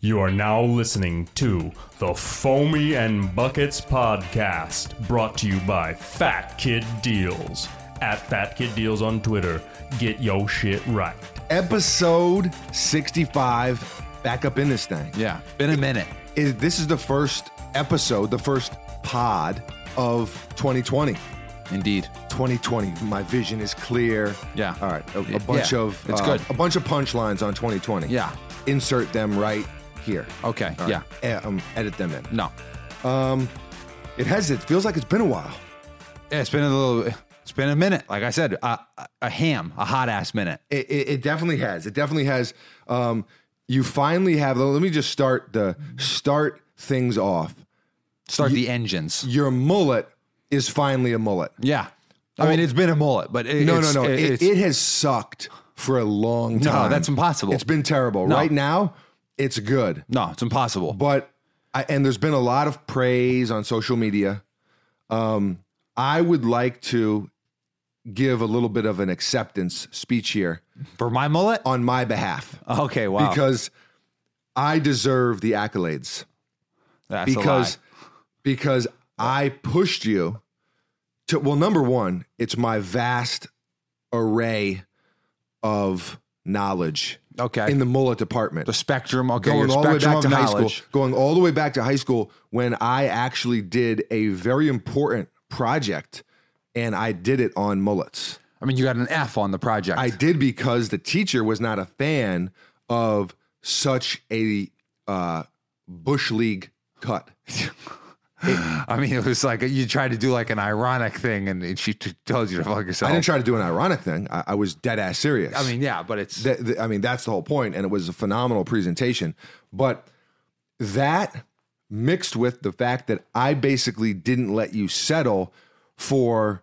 You are now listening to the Foamy and Buckets podcast, brought to you by Fat Kid Deals. At Fat Kid Deals on Twitter, get yo shit right. Episode 65, back up in this thing. Yeah, been a minute. Is this is the first episode, the first pod of 2020. Indeed. 2020. My vision is clear. Yeah. All right. A, a bunch Yeah, of it's uh, good. a bunch of punchlines on 2020. Yeah. Insert them right here. Okay. All yeah. right. Eh, um, edit them in. No. It has. It feels like it's been a while. Yeah, it's been a little. It's been a minute. Like I said, a, a- a ham, a hot ass minute. It, it, it definitely has. It definitely has. Um, you finally have. Let me just start the start things off. Start the engines. Your mullet is finally a mullet. Yeah. I mean, it's been a mullet, but it, No, it's, no, no. it- It, it's, it has sucked for a long time. that's impossible. It's been terrible. Right now, it's good. no, it's impossible. But I, and there's been a lot of praise on social media. Um, I would like to give a little bit of an acceptance speech here For my mullet? on my behalf Okay. Wow. because I deserve the accolades That's a because lie. because I pushed you to well number 1 it's my vast array of knowledge okay. in the mullet department the spectrum. Okay. going your all the way spectrum back to of high knowledge. school going all the way back to high school when I actually did a very important project and I did it on mullets I mean, you got an F on the project. I did because the teacher was not a fan of such a uh, bush league cut I mean, it was like you tried to do like an ironic thing, and it- she t- tells you to fuck yourself. I didn't try to do an ironic thing. I, I was dead ass serious. Oh. I mean, yeah, but it's Th- th- I mean, that's the whole point, and it was a phenomenal presentation. But that mixed with the fact that I basically didn't let you settle for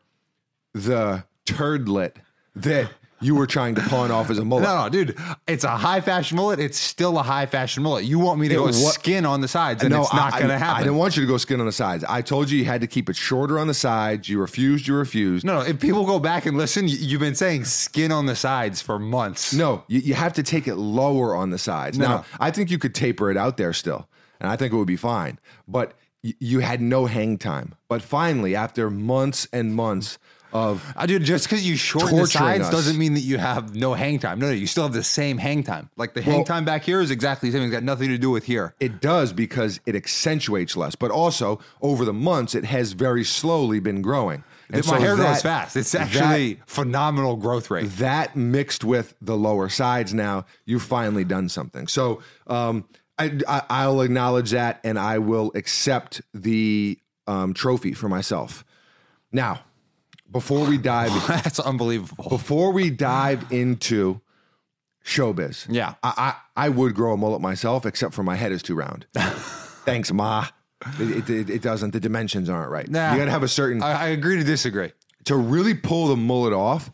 the turdlet that you were trying to pawn off as a mullet. No, no, dude. It's a high fashion mullet. It's still a high fashion mullet. You want me to It go wa- skin on the sides, and it's not I- going I- to happen. I didn't want you to go skin on the sides. I told you you had to keep it shorter on the sides. You refused. You refused. no, no. If people go back and listen, you, you've been saying skin on the sides for months. No, you, you have to take it lower on the sides. no. Now, I think you could taper it out there still, and I think it would be fine. But y- you had no hang time. But finally, after months and months uh, of I Uh, dude, just because you shorten the Torturing sides us. doesn't mean that you have no hang time. No, no, you still have the same hang time. Like the hang Well- time back here is exactly the same. It's got nothing to do with here. it does because it accentuates less, but also over the months it has very slowly been growing. And so My hair that- grows fast. It's that- actually phenomenal growth rate. that mixed with the lower sides now you've finally done something so um I, I i'll acknowledge that and i will accept the um trophy for myself now before we dive That's unbelievable. before we dive into showbiz Yeah. I, I i would grow a mullet myself except for my head is too round thanks ma it, it, it doesn't the dimensions aren't right Nah. you gotta have a certain I, I agree to disagree. to really pull the mullet off,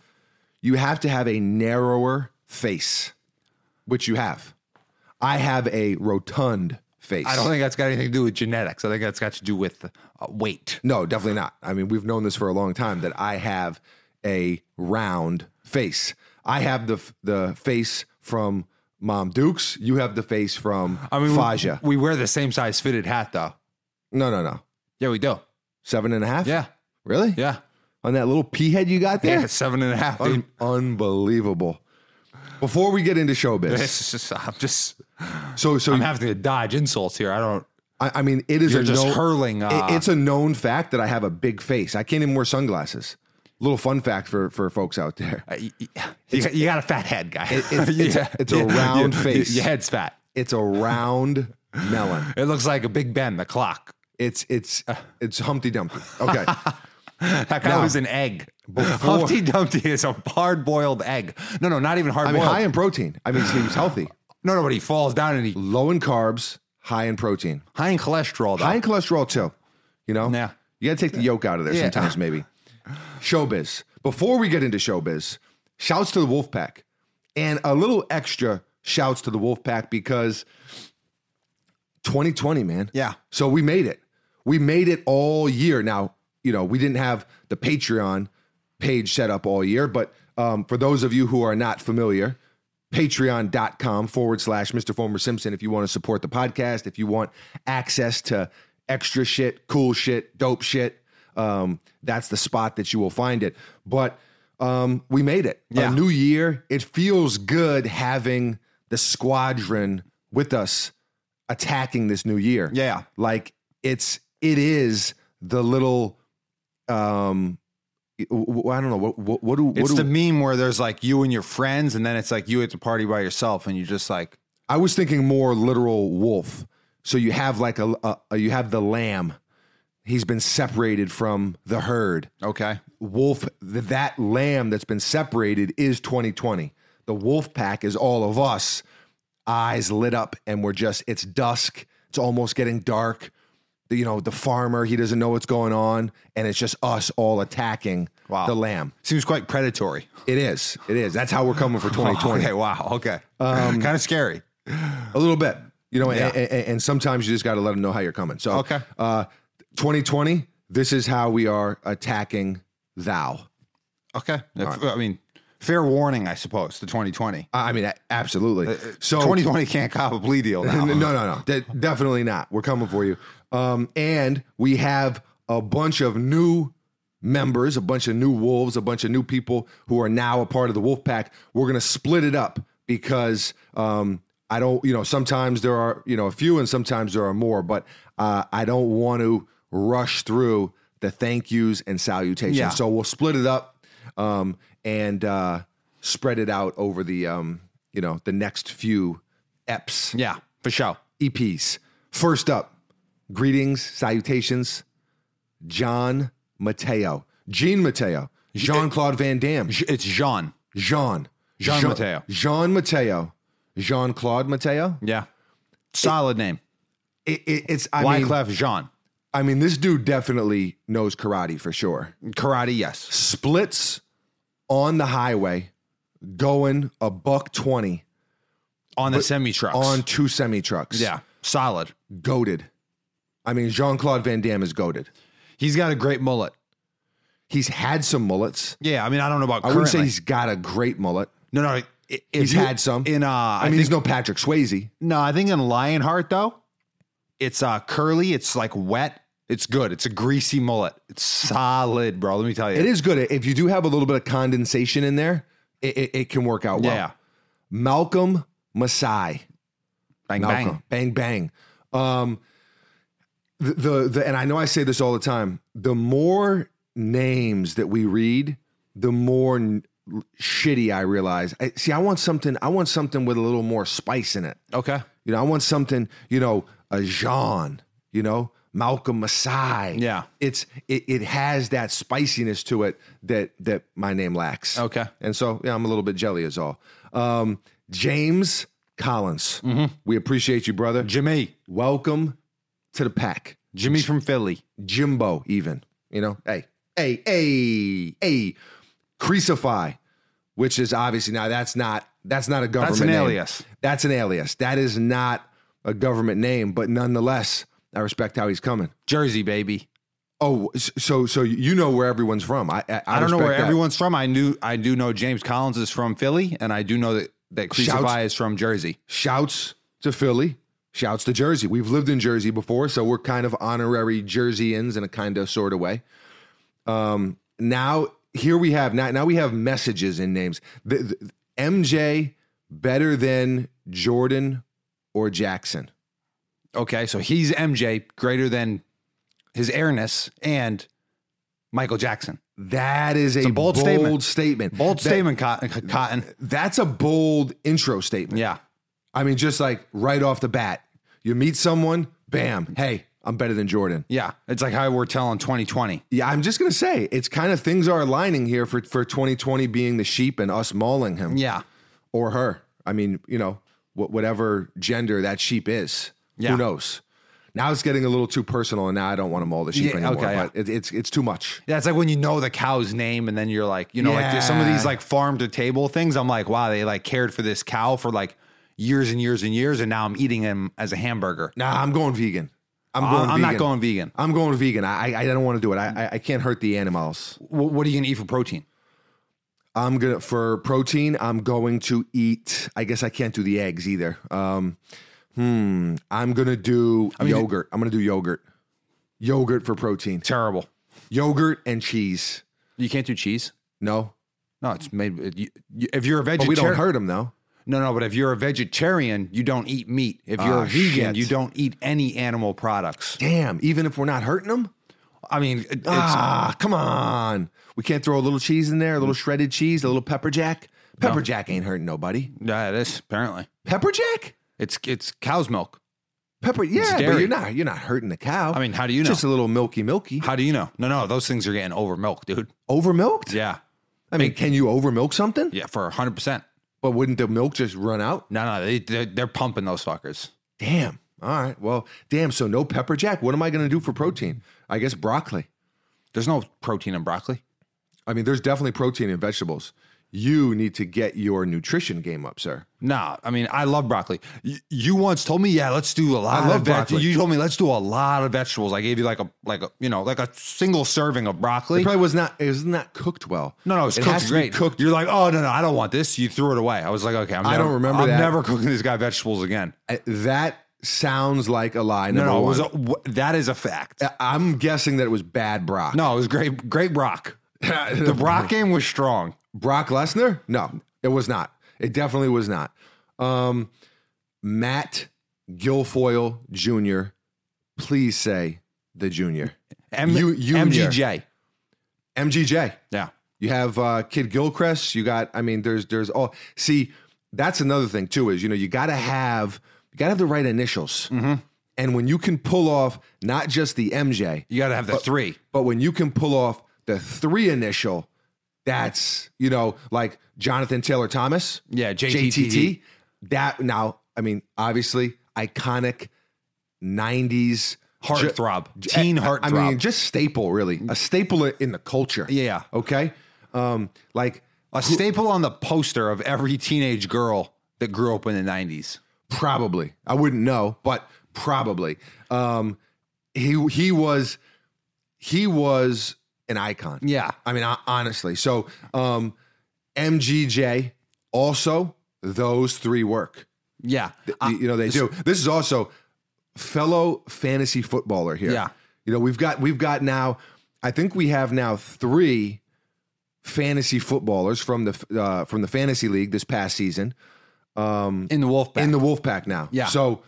you have to have a narrower face, which you have. I have a rotund face. I don't think that's got anything to do with genetics. I think that's got to do with uh, weight. No, definitely not. I mean, we've known this for a long time that I have a round face. I have the the face from Mom Dukes. You have the face from I mean, we- Faja. We, wear the same size fitted hat, though. no, no, no. Yeah, we do. Seven and a half. Yeah, really? yeah, On that little pea head you got there. yeah. Seven and a half. Dude. Un- unbelievable. Before we get into showbiz, This is just, I'm just, so so I'm having to dodge insults here. I don't. I, I mean, it is You're a just known, hurling, uh, it- it's a known fact that I have a big face. I can't even wear sunglasses. Little fun fact for for folks out there: I- You, you got a fat head, guy. it's- it's a- it's a round face. Your head's fat. it's a round melon. It looks like a Big Ben, the clock. It's it's it's Humpty Dumpty. Okay, That guy Now, was an egg. before- Humpty Dumpty is a hard boiled egg. No, no, not even hard I mean boiled. high in protein. I mean, he was healthy, no, no, but he falls down and he low in carbs, high in protein, high in cholesterol. Though. high in cholesterol too. You know, Yeah. you got to take the yolk out of there Yeah. sometimes. Maybe showbiz. Before we get into showbiz, shouts to the Wolfpack, and a little extra shouts to the Wolfpack because 2020, man. yeah. So we made it. We made it all year. Now, you know, we didn't have the Patreon page set up all year, but um, for those of you who are not familiar, patreon.com forward slash Mr. Former Simpson if you want to support the podcast, if you want access to extra shit, cool shit, dope shit. Um, that's the spot that you will find it. But um, we made it. Yeah. A new year. It feels good having the squadron with us attacking this new year. Yeah. Like it's it is the little um w- w- I don't know what what, what do what It's do the meme where there's like you and your friends, and then it's like you at the party by yourself, and you're just like, I was thinking more literal wolf. So you have like a, a, a- you have the lamb. He's been separated from the herd. okay, Wolf th- that lamb that's been separated is 2020. The wolf pack is all of us. Eyes lit up and we're just it's dusk. It's almost getting dark. The- You know, the farmer, he doesn't know what's going on and it's just us all attacking Wow. the lamb. seems quite predatory. It is. It is. That's how we're coming for 2020. Okay, wow, okay, Um, kind of scary. a little bit you know Yeah. and, and, and sometimes you just got to let them know how you're coming so Okay. uh 2020 this is how we are attacking thou Okay, If- I mean, fair warning, I suppose. The 2020, i I mean a- Uh, absolutely so 2020 can't cop a plea deal now. no no no De- definitely not we're coming for you um and we have a bunch of new members a bunch of new wolves a bunch of new people who are now a part of the wolf pack we're gonna split it up because um i don't you know sometimes there are you know a few and sometimes there are more but uh i don't want to rush through the thank yous and salutations Yeah. so we'll split it up um and uh spread it out over the um you know the next few eps Yeah, for sure. EPs. E First up, greetings, salutations, John Mateo, Jean Mateo, Jean Claude Van Damme, J- It's Jean. Jean, Jean Mateo. Jean Mateo, Jean Claude Mateo. Yeah, solid name. It, it, it's I mean, Wyclef Jean. I mean, this dude definitely knows karate for sure. Karate, yes. Splits on the highway, going a buck twenty On the semi trucks. on two semi trucks. yeah, solid. goaded. I mean, Jean Claude Van Damme is goaded. He's got a great mullet. He's had some mullets. Yeah, I mean, I don't know about. I wouldn't say currently. he's got a great mullet. no, no. i- if He's you- had some. in. Uh, I, I, mean, mean, he's no Patrick Swayze. no, I think in Lionheart though, it's uh curly. It's like wet. It's good. It's a greasy mullet. It's solid, bro. Let me tell you. It is good if you do have a little bit of condensation in there. It, it, it can work out well. yeah. Malcolm Masai. Bang Malcolm. bang. Bang bang. Um, the, the the and I know I say this all the time. The more names that we read, the more n- shitty I realize. I, see, I want something. I want something with a little more spice in it. Okay. You know, I want something, you know, a Jean, you know, Malcolm Masai. Yeah. It's it, it has that spiciness to it that that my name lacks. Okay. And so yeah, I'm a little bit jelly is all. Um, James Collins. We appreciate you, brother. Mm-hmm. Jimmy. Welcome to the pack. Jimmy from Philly. Jimbo, even. You know, hey, hey, hey, hey. Crucify, which is obviously now that's not that's not a government That's an name. alias. That's an alias. That is not a government name, but nonetheless, I respect how he's coming. Jersey, baby. Oh, s- so so you know where everyone's from. I I, I, don't know respect where that. everyone's from. I knew I do know James Collins is from Philly, and I do know that that Shouts- Crucify is from Jersey. Shouts to Philly. Shouts to Jersey. We've lived in Jersey before, so we're kind of honorary Jerseyans in a kind of sort of way. Um, now here we have now now we have messages and names. The, the- MJ better than Jordan or Jackson. Okay, so he's MJ greater than his airness and Michael Jackson. That is a, a bold statement. statement. Bold That- statement, Cotton. Cotton. That's a bold intro statement. Yeah, I mean, just like right off the bat, you meet someone, bam, hey, I'm better than Jordan. yeah. It's like how we're telling 2020. Yeah, I'm just gonna say it's kind of things are aligning here for for 2020 being the sheep and us mauling him Yeah, or her. I mean, you know, wh- whatever gender that sheep is, Yeah. who knows? Now it's getting a little too personal, and now I don't want to maul the sheep Yeah, anymore. okay, yeah. but it, it's it's too much. that's like when you know the cow's name, and then you're like, you know, like there's some of these Yeah. like farm to table things. I'm like, wow, they like cared for this cow for like years and years and years, and now I'm eating him as a hamburger. Nah, I'm going vegan. I'm I'm, going. Uh, I'm not vegan. going vegan. I'm going vegan. I I, I don't want to do it. I, I I can't hurt the animals. Wh- What are you gonna eat for protein? I'm gonna for protein. I'm going to eat. I guess I can't do the eggs either. Um, hmm. I'm gonna do yogurt. I'm gonna do yogurt. Yogurt for protein. Terrible. Yogurt and cheese. You can't do cheese. No, No, it's made. it- you- you- If you're a but we don't vegetarian, hurt them though. no, no. But if you're a vegetarian, you don't eat meat. If you're Ah, a vegan, shit. you don't eat any animal products. Damn. Even if we're not hurting them. I mean, it- it's, Ah, come on. We can't throw a little cheese in there. A little shredded cheese. A little pepper jack. Pepper jack ain't hurting nobody. yeah, it is apparently Pepper jack. it's it's cow's milk. Pepper. Yeah, but dairy. you're not. You're not hurting the cow. I mean, how do you know? Just a little milky, milky. How do you know? No, no, those things are getting over milk, dude. Over milked. Yeah, I mean, can you over milk something? yeah, for hundred percent. But wouldn't the milk just run out? No, no, they they're, they're pumping those fuckers. Damn. All right. Well, damn. So no pepper jack. What am I going to do for protein? I guess broccoli. There's no protein in broccoli. I mean, there's definitely protein in vegetables. You need to get your nutrition game up, sir. Nah, I mean, I love broccoli. You, you once told me, yeah, let's do a lot. I of love veg- broccoli. You told me let's do a lot of vegetables. I gave you like a like a you know like a single serving of broccoli. It probably was not. It was not cooked well. no, no, it's It has cooked to be great. Cooked. You're like, oh no, no, I don't want this. You threw it away. I was like, okay, I'm I never, don't remember I'm that. never cooking this guy vegetables again. Uh, That sounds like a lie. No, Number no, it was one. Uh, a, wh- that is a fact. I'm guessing that it was bad Brock. No, it was great, great Brock. The Brock game was strong. Brock Lesnar? No, it was not. It definitely was not. Um, Matt Guilfoyle Jr. Please say the junior. M- You- you- MGJ. MGJ. Yeah. You have uh, Kid Gilchrist. You got. I mean, there's there's all. See, that's another thing too. Is you know you got to have you got to have the right initials. Mm-hmm. And when you can pull off not just the MJ, You got to have the three. But when you can pull off the three initial, that's you know like Jonathan Taylor Thomas, Yeah, JTT. JTT. That now, I mean, obviously iconic '90s ju- Heartthrob. ju- Teen I- heartthrob. I mean, just staple, really, a staple in the culture. Yeah. Okay. Um, like a staple on the poster of every teenage girl that grew up in the 90s. Probably. I wouldn't know, but probably. Um, he he was he was an icon. Yeah. I mean, hon- honestly. So, um, MGJ also those three work. Yeah. Y- you know they do. This is also fellow fantasy footballer here. Yeah. You know we've got we've got now. I think we have now three fantasy footballers from the f- uh, from the fantasy league this past season in the wolf pack. in the wolf pack now. Yeah. So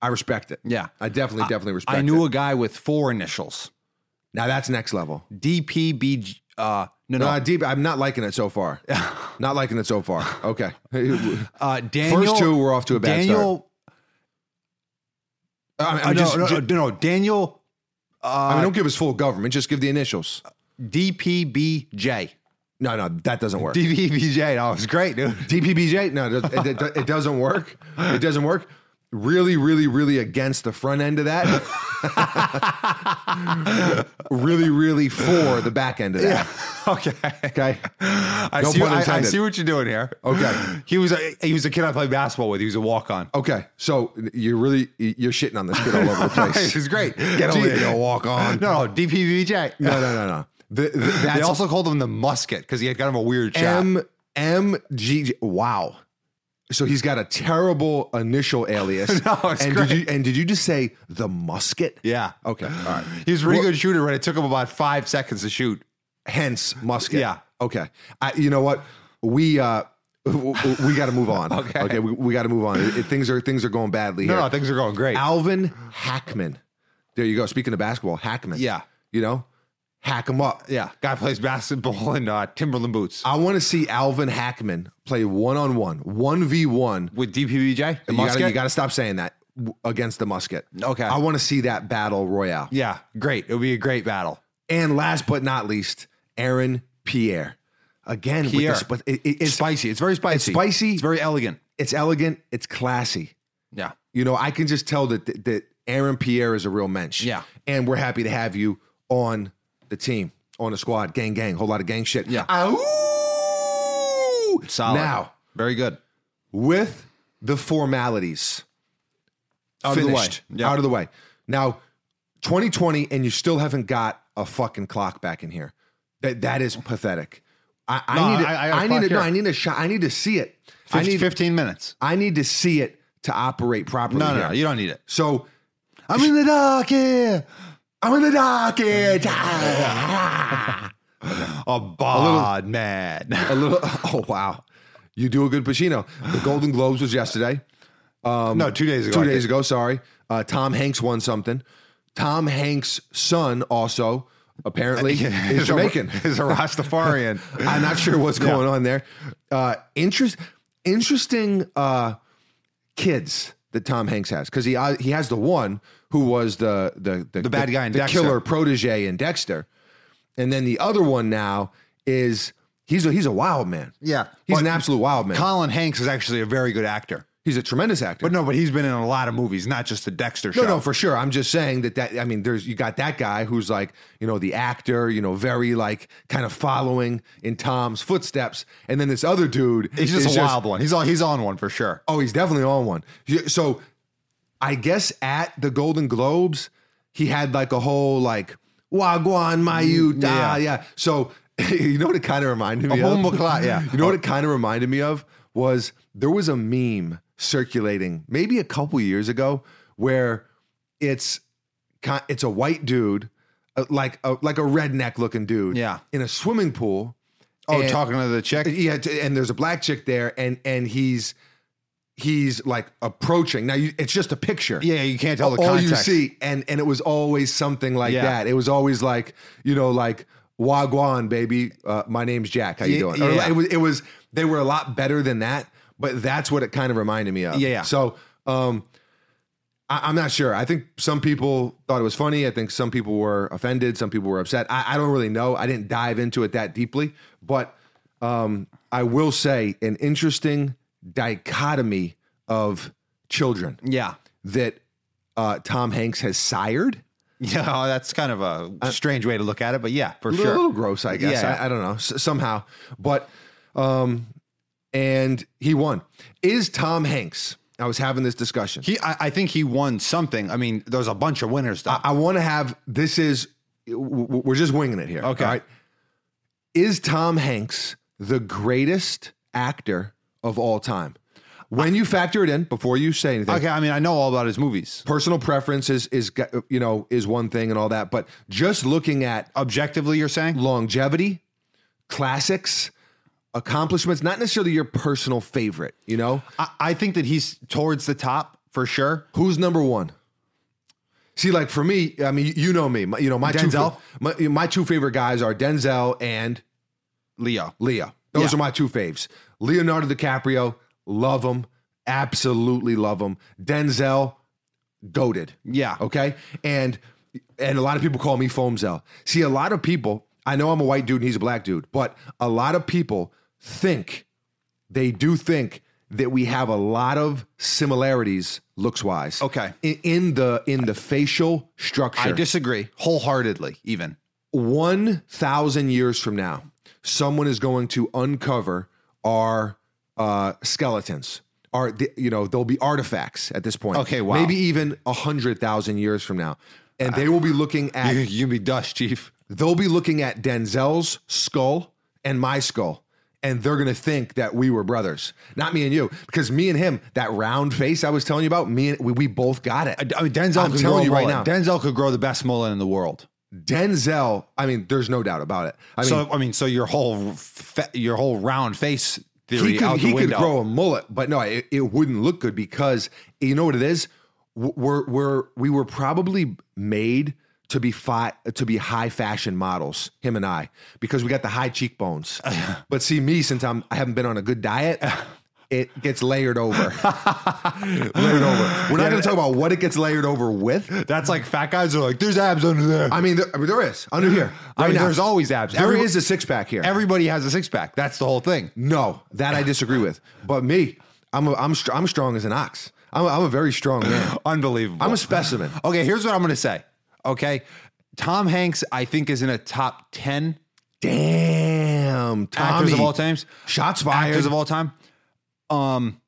I respect it. yeah. I definitely, definitely respect I knew it. a guy with four initials. Now that's next level. DPB uh no No, no. I deep. I'm not liking it so far. not liking it so far. Okay. First Uh Daniel two were off to a bad start. Daniel I uh, mean, I'm uh, no, just- no, ju- no, no, Daniel I mean, don't give us full government. Just give the initials. DPBJ. No, no, that doesn't work. DPBJ. That Oh, was great, dude. DPBJ. No, it, does- it, it, it doesn't work. It doesn't work. Really, really, really against the front end of that. really, really for the back end of that. okay. Okay. I, No see, pun I- I, intended. see what you're doing here. Okay. He was a, he was a kid I played basketball with. He was a walk on. Okay. So you're really you're shitting on this kid all over the place. He's great. Get Gee. over here, you walk on. Oh, No, no, DPVJ. No, no, no, no. The, the, They that's also called him the musket because he had got him a weird shot. M M G. Wow. So he's got a terrible initial alias. No, it's and great. did you and did you just say the musket? yeah. Oh, Okay. All right. He was a pretty good shooter, but it took him about five seconds to shoot. Hence musket. Yeah. Okay. I, you know what? We uh w- w- we got to move on. Okay. Okay. We, we got to move on. It- it- things are things are going badly No, here. no, things are going great. Alvin Hackman. There you go. Speaking of basketball, Hackman. Yeah. You know, hack him up. Yeah. Guy plays basketball in uh, Timberland boots I want to see Alvin Hackman play one on one, one v one. with You DPVJ. The gotta- musket. You got to stop saying that w- against the musket. Okay. I want to see that battle royale. yeah. Great. It'll be a great battle. And last but not least, Aaron Pierre. Again, Pierre. With this, but it, it- it's Spicy. It's very spicy. spicy. It's very elegant. it's elegant. It's classy. Yeah. You know, I can just tell that that, that Aaron Pierre is a real mensch. Yeah. And we're happy to have you on the team, on the squad, gang, gang, whole lot of gang shit. Yeah. Ow! Solid. Now, Very good. with the formalities Out of the way. finished Yeah. out of the way. Now, 2020, and you still haven't got a fucking clock back in here. That that is pathetic. I, I No, need to, I- I I, got a need to, clock no, here. I need a shot. I need to see it. I 15, need, minutes. I need to see it to operate properly. No, here. no, no, you don't need it. So I'm in the dark here. I'm in the dark and A bod man. a little. Oh wow, you do a good Pacino. The Golden Globes was yesterday. no, Um, two days ago. Two I days think. ago, sorry. Uh, Tom Hanks won something. Tom Hanks' son also apparently is a- Jamaican. Is a Rastafarian. I'm not sure what's going on there. Uh, interest, interesting uh, kids that Tom Hanks has because he uh, he has the one who was the the the, bad guy in the Dexter. killer protege in Dexter, and then the other one now is he's a he's a wild man. Yeah. he's an But absolute wild man. Colin Hanks is actually a very good actor. he's a tremendous actor. But no, but he's been in a lot of movies, not just the Dexter show. No, no, for sure. I'm just saying that that I mean, there's you got that guy who's like you know the actor, you know, very like kind of following in Tom's footsteps, and then this other dude, he's just is a wild one. He's on he's on one for sure. Oh, he's definitely on one. You- So, I guess at the Golden Globes, he had like a whole like Wagwan Mayu Mm, da yeah. yeah. So you know what it kind of reminded me of? Omumakla- yeah. You know what it kind of reminded me of was there was a meme circulating maybe a couple years ago where it's ki- it's a white dude uh, like a like a redneck looking dude Yeah. in a swimming pool Oh, and- talking to the chick. yeah, t- and there's a black chick there, and and he's he's like approaching. Now you, it's just a picture. Yeah, you can't tell the all context. you see, and and it was always something like Yeah. that. It was always like you know like Wagwan baby. Uh, my name's Jack. How you Ye- doing? Or, yeah. like, it was it was they were a lot better than that, but that's what it kind of reminded me of. Yeah, yeah. So um. I- I'm not sure. I think some people thought it was funny. I think some people were offended. Some people were upset. I, I don't really know. I didn't dive into it that deeply, but um, I will say an interesting dichotomy of children Yeah. that uh, Tom Hanks has sired. Yeah, oh, that's kind of a strange way to look at it, but yeah, for A sure. little gross, I guess. Yeah. I, I don't know s- somehow, but um, and he won. Is Tom Hanks? I was having this discussion. He, I, I think he won something. I mean, there's a bunch of winners. Though. I want to have this is w- w- we're just winging it here. Okay. All right. Is Tom Hanks the greatest actor of all time? When you factor it in before you say anything. okay, I mean, I know all about his movies. Personal preference is is g- you know is one thing and all that, but just looking at Objectively, you're saying? longevity, classics, accomplishments, not necessarily your personal favorite, you know? I, I think that he's towards the top for sure. Who's number one? See, like for me, I mean, you know me. My, you know my Denzel? two my, my two favorite guys are Denzel and Leo. Leo. Those Yeah. are my two faves. Leonardo DiCaprio, love him, absolutely love him. Denzel, goaded. Yeah. Okay, and and a lot of people call me Foamzel. See, a lot of people. I know I'm a white dude and he's a black dude, but a lot of people think they do think that we have a lot of similarities looks wise. Okay. in, in the in the facial structure I disagree wholeheartedly, even. 1,000 years from now, someone is going to uncover our uh, skeletons. Our, the- you know, there'll be artifacts at this point. Okay, wow. Maybe even 100,000 years from now. And they will be looking You, at, Uh, you can be dust, Chief. they'll be looking at Denzel's skull and my skull. And they're going to think that we were brothers, not me and you, because me and him, that round face I was telling you about, me and we, we both got it. I, I mean, Denzel. I'm telling could grow a you right mullet. now. Denzel could grow the best mullet in the world. Denzel, I mean, there's no doubt about it. I mean, so I mean, so your whole fa- your whole round face theory he could, out the he could window. grow a mullet, but no, it, it wouldn't look good because you know what it is. W- We're we're we were probably made to be fi- to be high fashion models. Him and I because we got the high cheekbones. but see me since I'm I haven't been on a good diet. It gets layered over. layered over. We're not going to talk about what it gets layered over with. That's like fat guys are like, there's abs under there. I mean, there, I mean, there is under here. I mean, Right now. there's always abs. there Every- is a six pack here. everybody has a six pack. That's the whole thing. No, that I disagree with. But me, I'm a, I'm str- I'm strong as an ox. I'm a, I'm a very strong man. Unbelievable. I'm a specimen. okay, here's what I'm gonna say. Okay, Tom Hanks, I think, is in a top ten Damn, Tommy. actors of all times. Shots fired. Actors of all time. Um.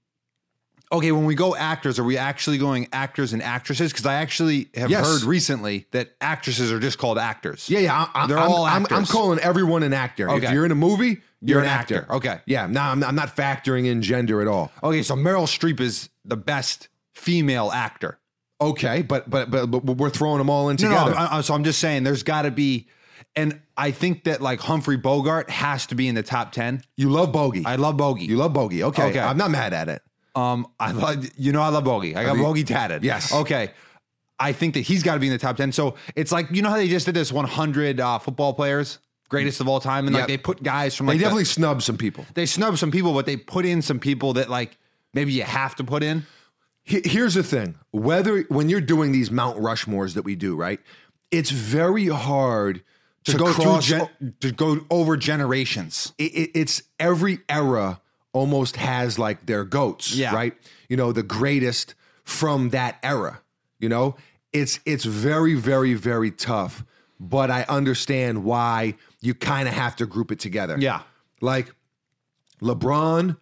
Okay, when we go actors, are we actually going actors and actresses? Because I actually have Yes. heard recently that actresses are just called actors. yeah, yeah. I, I, They're I'm, all I'm, I'm actors. calling everyone an actor. Okay. If you're in a movie, You're an actor. Okay. Yeah. No, I'm, I'm not factoring in gender at all. Okay, so Meryl Streep is the best female actor. Okay, but but but, but we're throwing them all in No, no, together. I- I- so I'm just saying there's got to be, and I think that like Humphrey Bogart has to be in the top ten. you love bogey. I love Bogey. you love bogey. Okay. Okay. I'm not mad at it. Um, I love you know I love Bogey. I got mean- Bogey tatted. Yes. Okay. I think that he's got to be in the top ten. So it's like you know how they just did this 100 uh, football players greatest of all time, and Yep. like they put guys from They like the- definitely snub some people. they snub some people, but they put in some people that like maybe you have to put in. He- Here's the thing: whether when you're doing these Mount Rushmores that we do, right? It's very hard to, go cross. through gen- to go over generations. it, it, it's every era almost has like their goats, Yeah. right? You know, the greatest from that era. You know, it's it's very very very tough, but I understand why you kind of have to group it together. Yeah. like LeBron,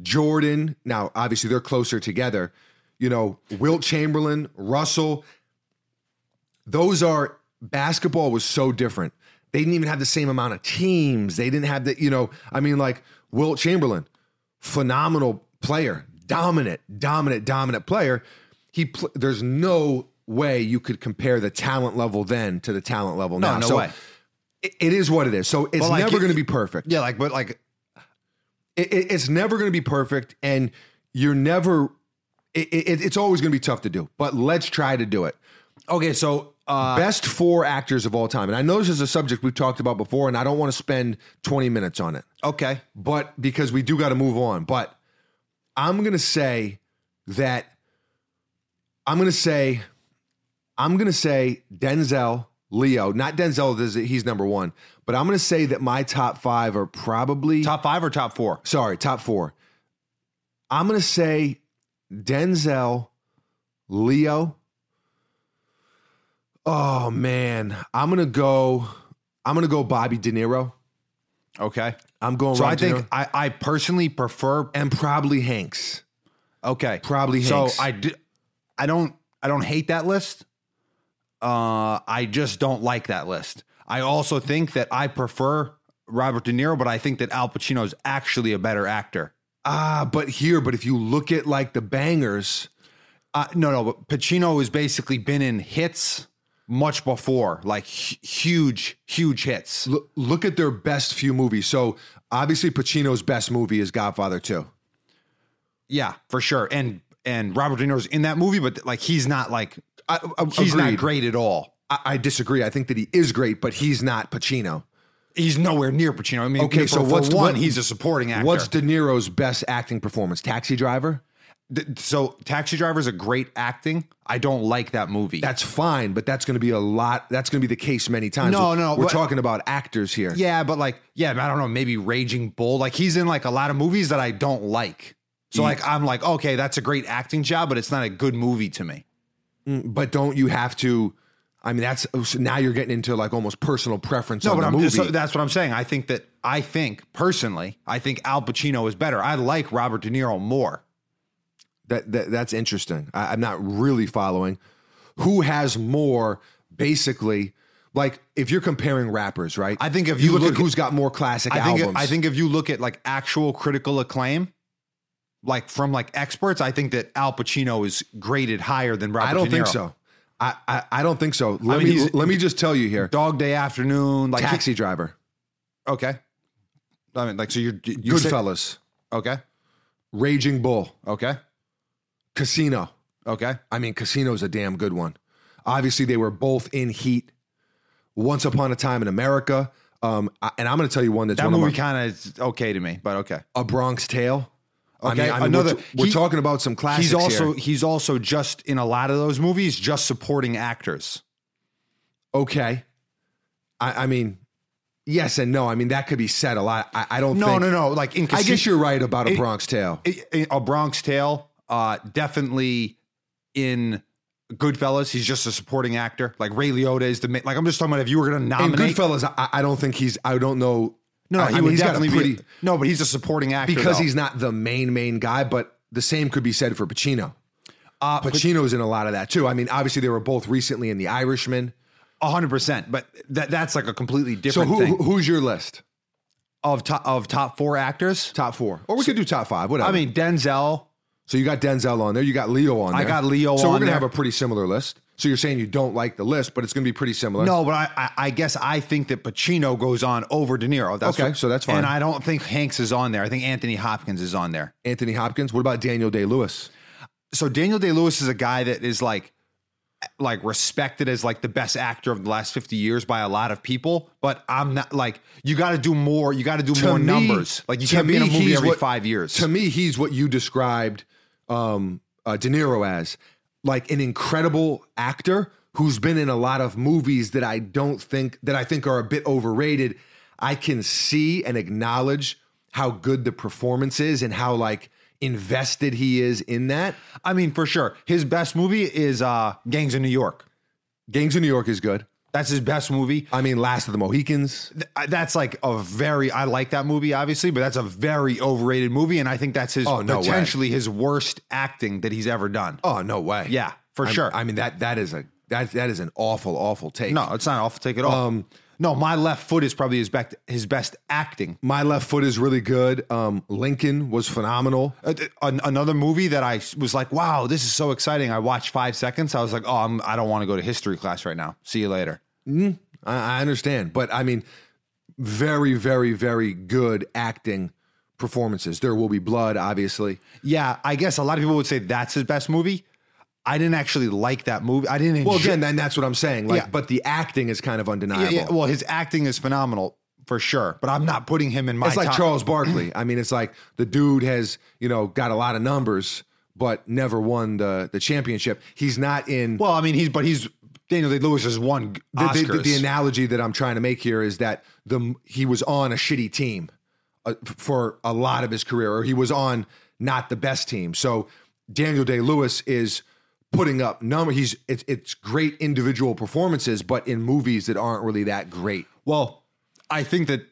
Jordan. Now, obviously, they're closer together. You know, Wilt Chamberlain, Russell. Those are basketball was so different. They didn't even have the same amount of teams. They didn't have the, you know, I mean, like Wilt Chamberlain, phenomenal player, dominant, dominant, dominant player. He, pl- there's no way you could compare the talent level then to the talent level now. no so way. It, it is what it is. So it's But, like, never it- going to be perfect Yeah, like but like it, it- it's never going to be perfect and you're never it, it, it's always going to be tough to do but let's try to do it okay, so uh best four actors of all time and i know this is a subject we've talked about before and i don't want to spend 20 minutes on it okay. but because we do got to move on but i'm going to say that i'm going to say i'm going to say denzel leo not denzel this is- he's number one but i'm going to say that my top five are probably Top 5 or top 4? sorry, top four. I'm gonna say Denzel, Leo. Oh man, I'm gonna go. I'm gonna go Bobby De Niro. Okay. I'm going. So Rob I De think Niro. I, I personally prefer and probably Hanks. okay. Probably So Hanks. I do, I don't I don't hate that list. Uh I just don't like that list. I also think that I prefer Robert De Niro, but I think that Al Pacino is actually a better actor. Ah, but here, but if you look at like the bangers, Uh, no, no, but Pacino has basically been in hits much before, like hu- huge, huge hits. look, look at their best few movies. So obviously, Pacino's best movie is Godfather Two. Yeah, for sure. And and Robert De Niro's in that movie, but like he's not like I, I, he's not agreed. great at all. I, I disagree. I think that he is great, but he's not Pacino. He's nowhere near Pacino. I mean, Okay, for- so for what's- one? what- he's a supporting actor. What's De Niro's best acting performance? Taxi Driver. Th- so Taxi Driver is a great acting. I don't like that movie. That's fine, but that's going to be a lot. That's going to be the case many times. No, We're- no, We're but- talking about actors here. yeah, but like yeah, I don't know. Maybe Raging Bull. Like he's in like a lot of movies that I don't like. So Ye- like I'm like okay, that's a great acting job, but it's not a good movie to me. But don't you have to? I mean, that's oh, so now you're getting into like almost personal preference No, on but the I'm movie. so that's what I'm saying. I think that I think personally, I think Al Pacino is better. I like Robert De Niro more. that, that that's interesting. I, I'm not really following who has more. Basically, like if you're comparing rappers, right? I think if you you look, look at at- who's got more classic I think albums. I think if you look at like actual critical acclaim, like from like experts, I think that Al Pacino is graded higher than Robert. I don't De think Niro. so. I, I, I don't think so. Let mean, me he's- let me just tell you here. Dog Day Afternoon, like Taxi Driver, okay. I mean, like so you're you said- Goodfellas, Okay, Raging Bull, okay, Casino. okay. I mean, Casino's a damn good one. Obviously, they were both in Heat. Once Upon a Time in America. Um, I- and I'm going to tell you one that's That one of movie my, kind of is okay to me, but okay. A Bronx Tale. I Okay, mean, I mean another- we're, t- we're he- talking about some classics. He's also here. he's also just in a lot of those movies, just supporting actors. okay. I, I mean, yes and no. I mean, that could be said a lot. I, I don't. No, think, no, no. Like in I Casi- guess you're right about a It- Bronx Tale. I- I- eh, a Bronx Tale, uh, definitely in Goodfellas. He's just a supporting actor. Like Ray Liotta is the ma- like. I'm just talking about if you were going to and nominate. Goodfellas, I, I don't think he's. I don't know. no, no, I, he I mean, would he's got a definitely pretty- be. No, but he's a supporting actor because though. he's not the main main guy, but the same could be said for Pacino. Uh, Pacino's in a lot of that too. I mean, obviously they were both recently in The Irishman. 100. percent But that that's like a completely So different who, thing. who's your list? of top of top four actors. Top four, or we could do top five. Whatever. I mean Denzel. so you got Denzel on there. You got Leo on there. I got Leo So we're on gonna there. have a pretty similar list. So you're saying you don't like the list, but it's gonna be pretty similar. No, but I, I, I guess I think that Pacino goes on over De Niro. That's Okay, so that's fine. And I don't think Hanks is on there. I think Anthony Hopkins is on there. Anthony Hopkins. What about Daniel Day Lewis? So Daniel Day Lewis is a guy that is like like respected as like the best actor of the last 50 years by a lot of people. But I'm not like you gotta do more, you gotta do To more me- numbers. Like you to can't be in a me, movie he's every what- five years. To me, he's what you described um, uh, De Niro as, like an incredible actor who's been in a lot of movies that I don't think that I think are a bit overrated. I can see and acknowledge how good the performance is and how like invested he is in that. I mean, for sure. His best movie is uh Gangs of New York. Gangs of New York is good. That's his best movie. I mean, Last of the Mohicans. Th- I- That's like a very I like that movie obviously, but that's a very overrated movie, and I think that's his Oh, no way. potentially his worst acting that he's ever done. Oh no way! Yeah, for I'm- sure. I mean that that is a that that is an awful awful take. no, it's not an awful take at all. Um, no, my left foot is probably his best his best acting. My left foot is really good. Um, Lincoln was phenomenal. A- a- Uh, an- another movie that I s- was like, wow, this is so exciting. I watched five seconds. I was like, oh, I'm, I don't want to go to history class right now. See you later. I, I understand, but I mean, very, very, very good acting performances. There will be blood, obviously. Yeah, I guess a lot of people would say that's his best movie. I didn't actually like that movie. I didn't. Well, enjoy- again, then that's what I'm saying. Like, Yeah. but the acting is kind of Yeah, undeniable. yeah, well, his acting is phenomenal for sure, but I'm not putting him in my. it's like top- Charles Barkley. I mean, it's like the dude has you know got a lot of numbers, but never won the the championship. He's not in. Well, I mean, he's but he's Daniel Day Lewis has won the, Oscars. the- the- the analogy that I'm trying to make here is that the he was on a shitty team uh, f- for a lot of his career, or he was on not the best team. So Daniel Day Lewis is putting up number. He's it's it's great individual performances, but in movies that aren't really that great. well, I think that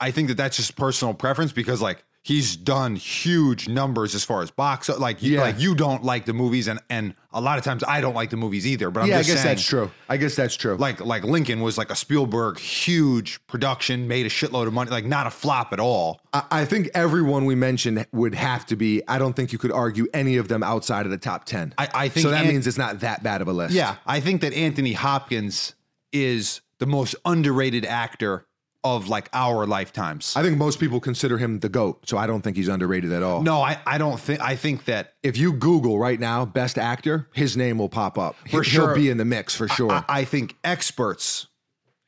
I think that that's just personal preference because like he's done huge numbers as far as box like you, Yeah. like you don't like the movies and and a lot of times I don't like the movies either. But I'm yeah, I just guess saying, that's true. I guess that's true. Like like Lincoln was like a Spielberg huge production, made a shitload of money, like not a flop at all. I, I think everyone we mentioned would have to be. I don't think you could argue any of them outside of the top ten. I- I think so. That Ant- means it's not that bad of a list. Yeah, I think that Anthony Hopkins is the most underrated actor of like our lifetimes. I think most people consider him the goat. So I don't think he's underrated at all. No, I, I don't think I think that if you Google right now, best actor, his name will pop up. He'll, he'll sure. be in the mix for sure. I, I think experts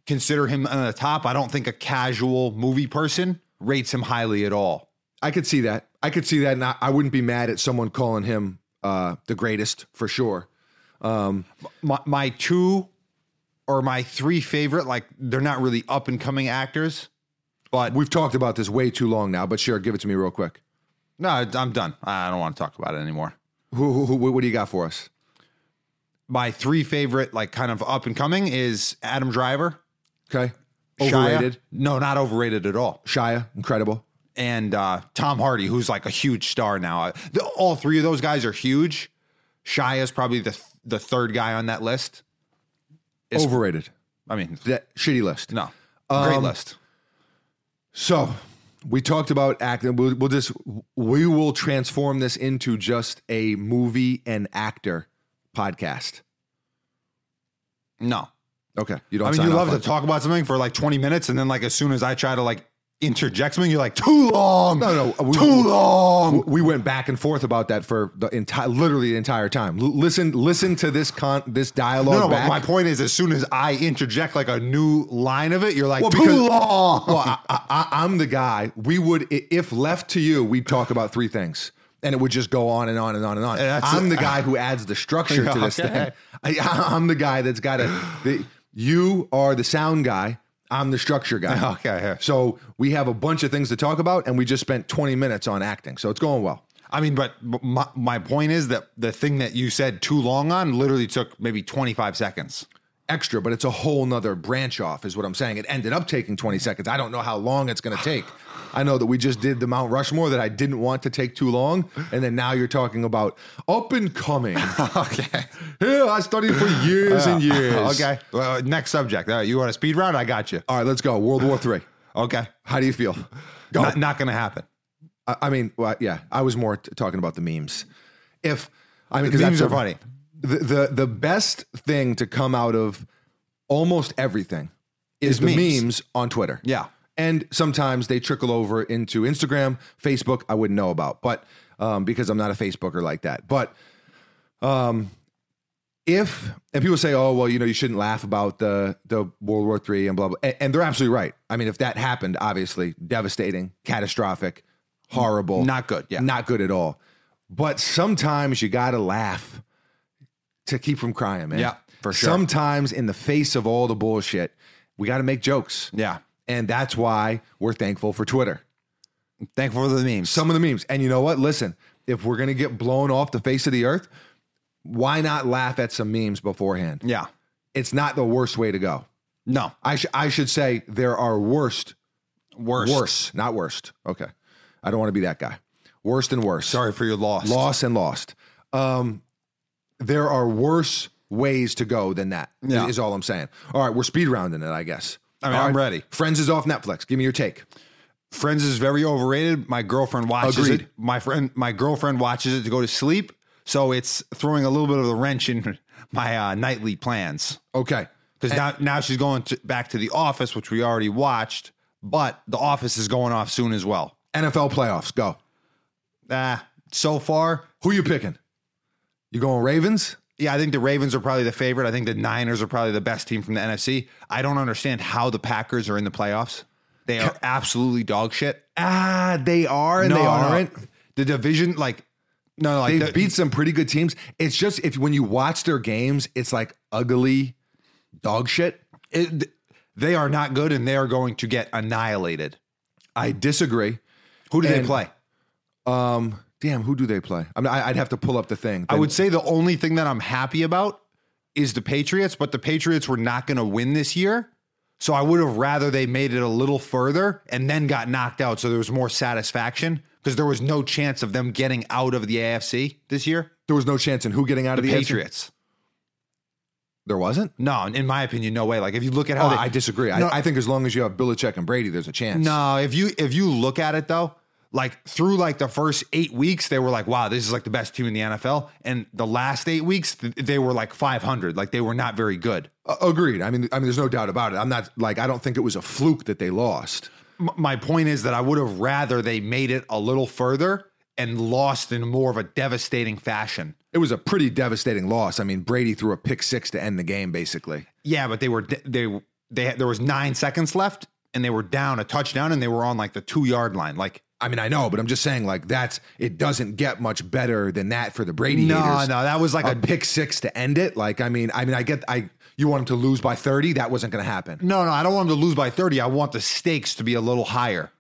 consider him on the top. I don't think a casual movie person rates him highly at all. I could see that. I could see that, and I, I wouldn't be mad at someone calling him uh, the greatest for sure. My my two or my three favorite, like they're not really up and coming actors, but Uh, We've talked about this way too long now, but sure, give it to me real quick. no, I'm done. I don't want to talk about it anymore. Who, who, who what do you got for us? My three favorite, like kind of up and coming, is Adam Driver. Okay, Shia. overrated. No, not overrated at all. Shia, incredible. and uh, Tom Hardy, who's like a huge star now. Uh, the, all three of those guys are huge. Shia's probably the th- the third guy on that list. It's- overrated. I mean, That shitty list. no, great Um, list. So we talked about acting. We'll, we'll just we will transform this into just a movie and actor podcast. No, Okay, you don't. I mean, sign you off love on to talk about something for like twenty minutes, and then like as soon as I try to like interject something, you're like too long. No, no, we- too we- long. we went back and forth about that for the entire, literally the entire time. L- listen, listen to this con, this dialogue. No, no, but back. my point is, as soon as I interject like a new line of it, you're like Well, too because- long. well, I, I, I- I'm the guy. We would, i- if left to you, we'd talk about three things, and it would just go on and on and on and on. That's- I'm the guy who adds the structure to this Okay. thing. I, I'm the guy that's got to. You are the sound guy. I'm the structure guy. Okay, yeah. So we have a bunch of things to talk about, and we just spent 20 minutes on acting. So it's going well. I mean, but but my, my point is that the thing that you said too long on literally took maybe 25 seconds. extra, but it's a whole nother branch off, is what I'm saying. It ended up taking 20 seconds. I don't know how long it's going to take. I know that we just did the Mount Rushmore that I didn't want to take too long. And then now you're talking about up and coming. okay. yeah, I studied for years and years. okay. Well, next subject. Uh, you want a speed round? I got you. All right, let's go. World War Three. Okay. How do you feel? Go. Not, not going to happen. I, I mean, well, yeah, I was more t- talking about the memes. If I mean, The 'cause memes are that's a- funny. The, the the best thing to come out of almost everything is, Is the memes. memes on Twitter. Yeah. and sometimes they trickle over into Instagram, Facebook. I wouldn't know about, but um, because I'm not a Facebooker like that. But um, if and people say, "Oh, well, you know, you shouldn't laugh about the the World War Three and blah blah," and, and they're absolutely right. I mean, if that happened, obviously devastating, catastrophic, horrible, Not good. Yeah. not good at all. But sometimes you got to laugh to keep from crying, man. Yeah, for sure. Sometimes in the face of all the bullshit, we got to make jokes. yeah. And that's why we're thankful for Twitter. Thankful for the memes. Some of the memes. And you know what? Listen, if we're going to get blown off the face of the earth, why not laugh at some memes beforehand? yeah. It's not the worst way to go. No. I, sh- I should say there are worst, Worse. worse, not worst. Okay. I don't want to be that guy. Worst and worse. Sorry for your loss. Loss and lost. Um, there are worse ways to go than that. Is Yeah. all I'm saying. All right, we're speed rounding it, I guess. I mean, All I'm ready. Friends is off Netflix. Give me your take. Friends is very overrated. My girlfriend watches Agreed. it. My friend, my girlfriend watches it to go to sleep. So it's throwing a little bit of a wrench in my uh, nightly plans. Okay. Because now, now she's going to, back to the office, which we already watched. But the office is going off soon as well. NFL playoffs. Go. Ah, so far, Who you picking? You going Ravens? yeah, I think the Ravens are probably the favorite. I think the Niners are probably the best team from the NFC. I don't understand how the Packers are in the playoffs. They are absolutely dog shit. Ah, they are and No, they no. aren't. The division, like, no, no, like They the- beat some pretty good teams. It's just if when you watch their games, it's like ugly dog shit. it, they are not good and they are going to get annihilated. I disagree. Who do they And- play? Um, damn, who do they play? I mean, I, I'd have to pull up the thing. I would say the only thing that I'm happy about is the Patriots, but the Patriots were not going to win this year. So I would have rather they made it a little further and then got knocked out. So there was more satisfaction because there was no chance of them getting out of the AFC this year. there was no chance in who getting out The of the AFC? Patriots. There wasn't. No, in my opinion, no way. Like if you look at how Oh, they, I disagree. No. I, I think as long as you have Belichick and Brady, there's a chance. No, if you if you look at it though, like through like the first eight weeks, they were like, wow, this is like the best team in the NFL. And the last eight weeks, th- they were like 500. Like they were not very good. A- agreed. I mean, I mean, there's no doubt about it. I'm not like I don't think it was a fluke that they lost. M- my point is that I would have rather they made it a little further and lost in more of a devastating fashion. It was a pretty devastating loss. I mean, Brady threw a pick six to end the game, basically. Yeah, but they were d- they they had, there was nine seconds left and they were down a touchdown and they were on like the two yard line. Like I mean, I know, but I'm just saying, like that's it doesn't get much better than that for the Brady no, haters. no, that was like A a pick six to end it. Like, I mean, I mean, I get, I you want him to lose by 30. That wasn't going to happen. no, no. I don't want them to lose by thirty. I want the stakes to be a little higher.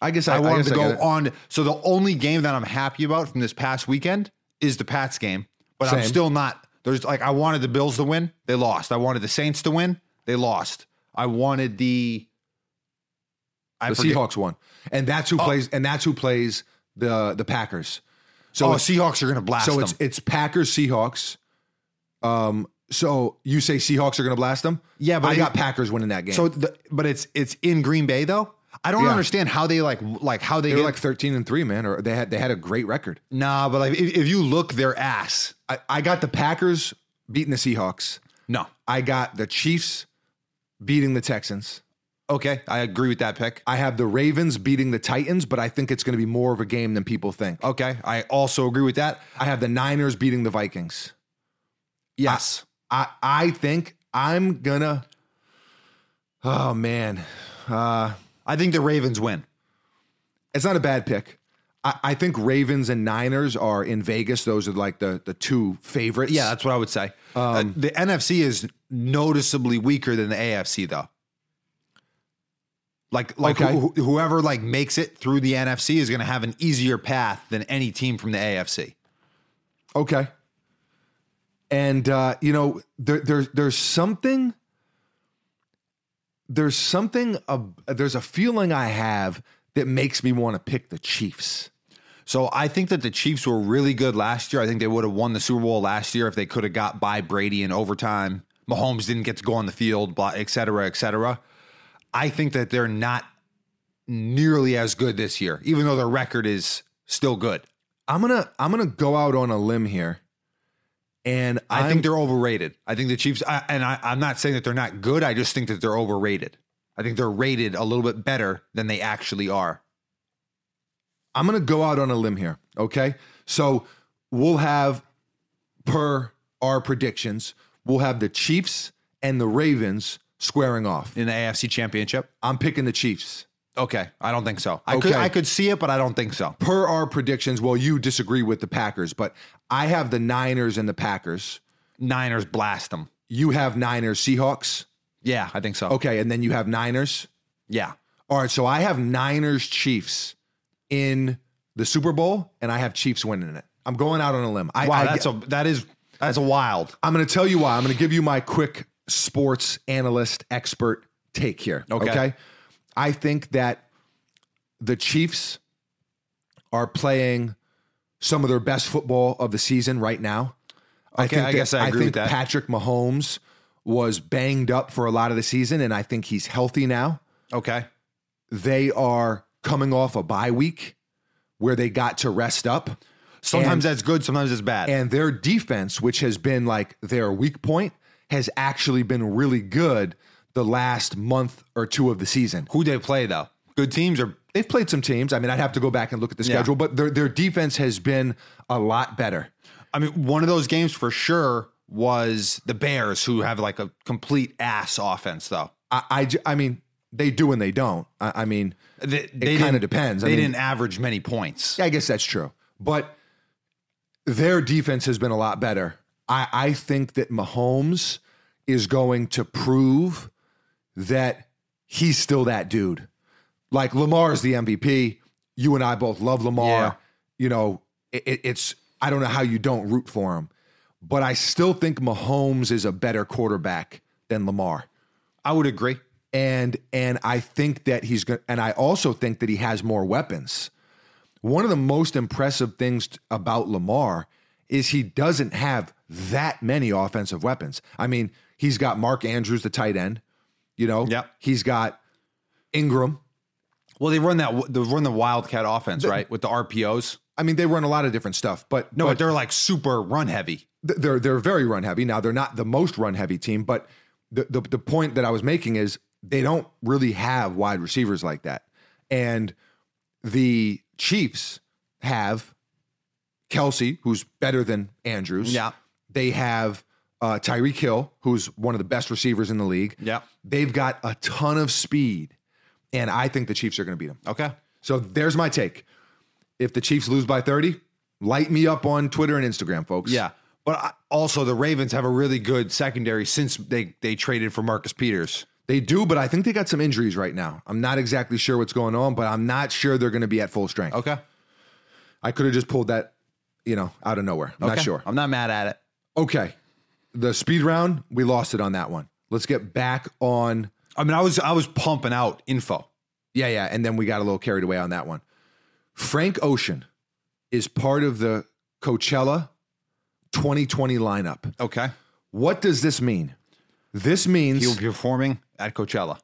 I guess I, I want guess them to I go get it. on. So the only game that I'm happy about from this past weekend is the Pats game, but I'm Same. still not. There's like I wanted the Bills to win, they lost. I wanted the Saints to win, they lost. I wanted the I The forget- Seahawks won, and that's who plays, and that's who plays the the Packers. oh, So it's Seahawks are going to blast So them. it's it's Packers Seahawks. Um. So you say Seahawks are going to blast them? Yeah, but I it- got Packers winning that game. so, So the, but it's it's in Green Bay though. I don't Yeah. understand how they like like how they they were get like thirteen and three, man. Or they had they had a great record. nah. But like if, if you look their ass, I, I got the Packers beating the Seahawks. no. I got the Chiefs beating the Texans. Okay, I agree with that pick. I have the Ravens beating the Titans, but I think it's going to be more of a game than people think. Okay, I also agree with that. I have the Niners beating the Vikings. Yes. I I think I'm gonna. Oh man, uh, I think the Ravens win. it's not a bad pick. I, I think Ravens and Niners are in Vegas. Those are like the the two favorites. Yeah, that's what I would say. Uh, the NFC is noticeably weaker than the AFC, though. Like, like Okay. who- who- whoever like makes it through the NFC is going to have an easier path than any team from the AFC. Okay. And uh, you know, there, there there's something there's something ab- there's a feeling I have that makes me want to pick the Chiefs. So I think that the Chiefs were really good last year. I think they would have won the Super Bowl last year if they could have got by Brady in overtime. Mahomes didn't get to go on the field, blah, et cetera, et cetera. I think that they're not nearly as good this year, even though their record is still good. I'm gonna I'm gonna go out on a limb here, and I I'm- think they're overrated. I think the Chiefs, I, and I, I'm not saying that they're not good. I just think that they're overrated. I think they're rated a little bit better than they actually are. I'm going to go out on a limb here. Okay. So we'll have, per our predictions, we'll have the Chiefs and the Ravens squaring off. in the AFC Championship? I'm picking the Chiefs. Okay, I don't think so. I could Okay. I could see it, but I don't think so. Per our predictions, well, you disagree with the Packers, but I have the Niners and the Packers. Niners blast them. You have Niners, Seahawks. Yeah, I think so. Okay. And then you have Niners. Yeah, All right. So I have Niners, Chiefs in the Super Bowl, and I have Chiefs winning it. I'm going out on a limb. I, wow, I, that's a that is that's a wild. I'm going to tell you why. I'm going to give you my quick sports analyst expert take here. Okay. I think that the Chiefs are playing some of their best football of the season right now. Okay, I guess I agree think with that. Patrick Mahomes was banged up for a lot of the season, and I think he's healthy now. Okay, They are coming off a bye week where they got to rest up sometimes that's good, sometimes it's bad. and their defense, which has been like their weak point, has actually been really good the last month or two of the season. Who they play though? Good teams are They've played some teams. I mean, I'd have to go back and look at the Yeah. schedule, but their their defense has been a lot better. I mean, one of those games for sure was the Bears, who have like a complete ass offense though. I I, ju- I mean, they do and they don't. I, I mean, They, it kinda depends. I they mean- didn't average many points. yeah, I guess that's true, but their defense has been a lot better. I I think that Mahomes is going to prove that he's still that dude. Like Lamar's the MVP. You and I both love Lamar. Yeah. You know, it, it- it's I don't know how you don't root for him, but I still think Mahomes is a better quarterback than Lamar. I would agree. And and I think that he's going and I also think that he has more weapons. One of the most impressive things t- about Lamar is he doesn't have that many offensive weapons. I mean, he's got Mark Andrews the tight end, you know. Yep. He's got Ingram, Well, they run that they run the Wildcat offense, right? With the RPOs. I mean, they run a lot of different stuff, but No, but but they're like super run heavy. th- they're they're very run heavy. Now they're not the most run heavy team, but the, the the point that I was making is they don't really have wide receivers like that, and the Chiefs have Kelsey, who's better than Andrews. Yeah. they have uh, Tyreek Hill, who's one of the best receivers in the league. Yeah. they've got a ton of speed, and I think the Chiefs are going to beat them. Okay. So there's my take. If the Chiefs lose by 30, light me up on Twitter and Instagram, folks. Yeah. But I, also the Ravens have a really good secondary since they they traded for Marcus Peters. They do, but I think they got some injuries right now. I'm not exactly sure what's going on, but I'm not sure they're going to be at full strength. Okay. I could have just pulled that, you know, out of nowhere. I'm not Okay. sure. I'm not mad at it. Okay. The speed round, we lost it on that one. Let's get back on. I mean, I was I was pumping out info. Yeah, yeah. And then we got a little carried away on that one. Frank Ocean is part of the Coachella 2020 lineup. Okay. What does this mean? This means He'll be performing at Coachella.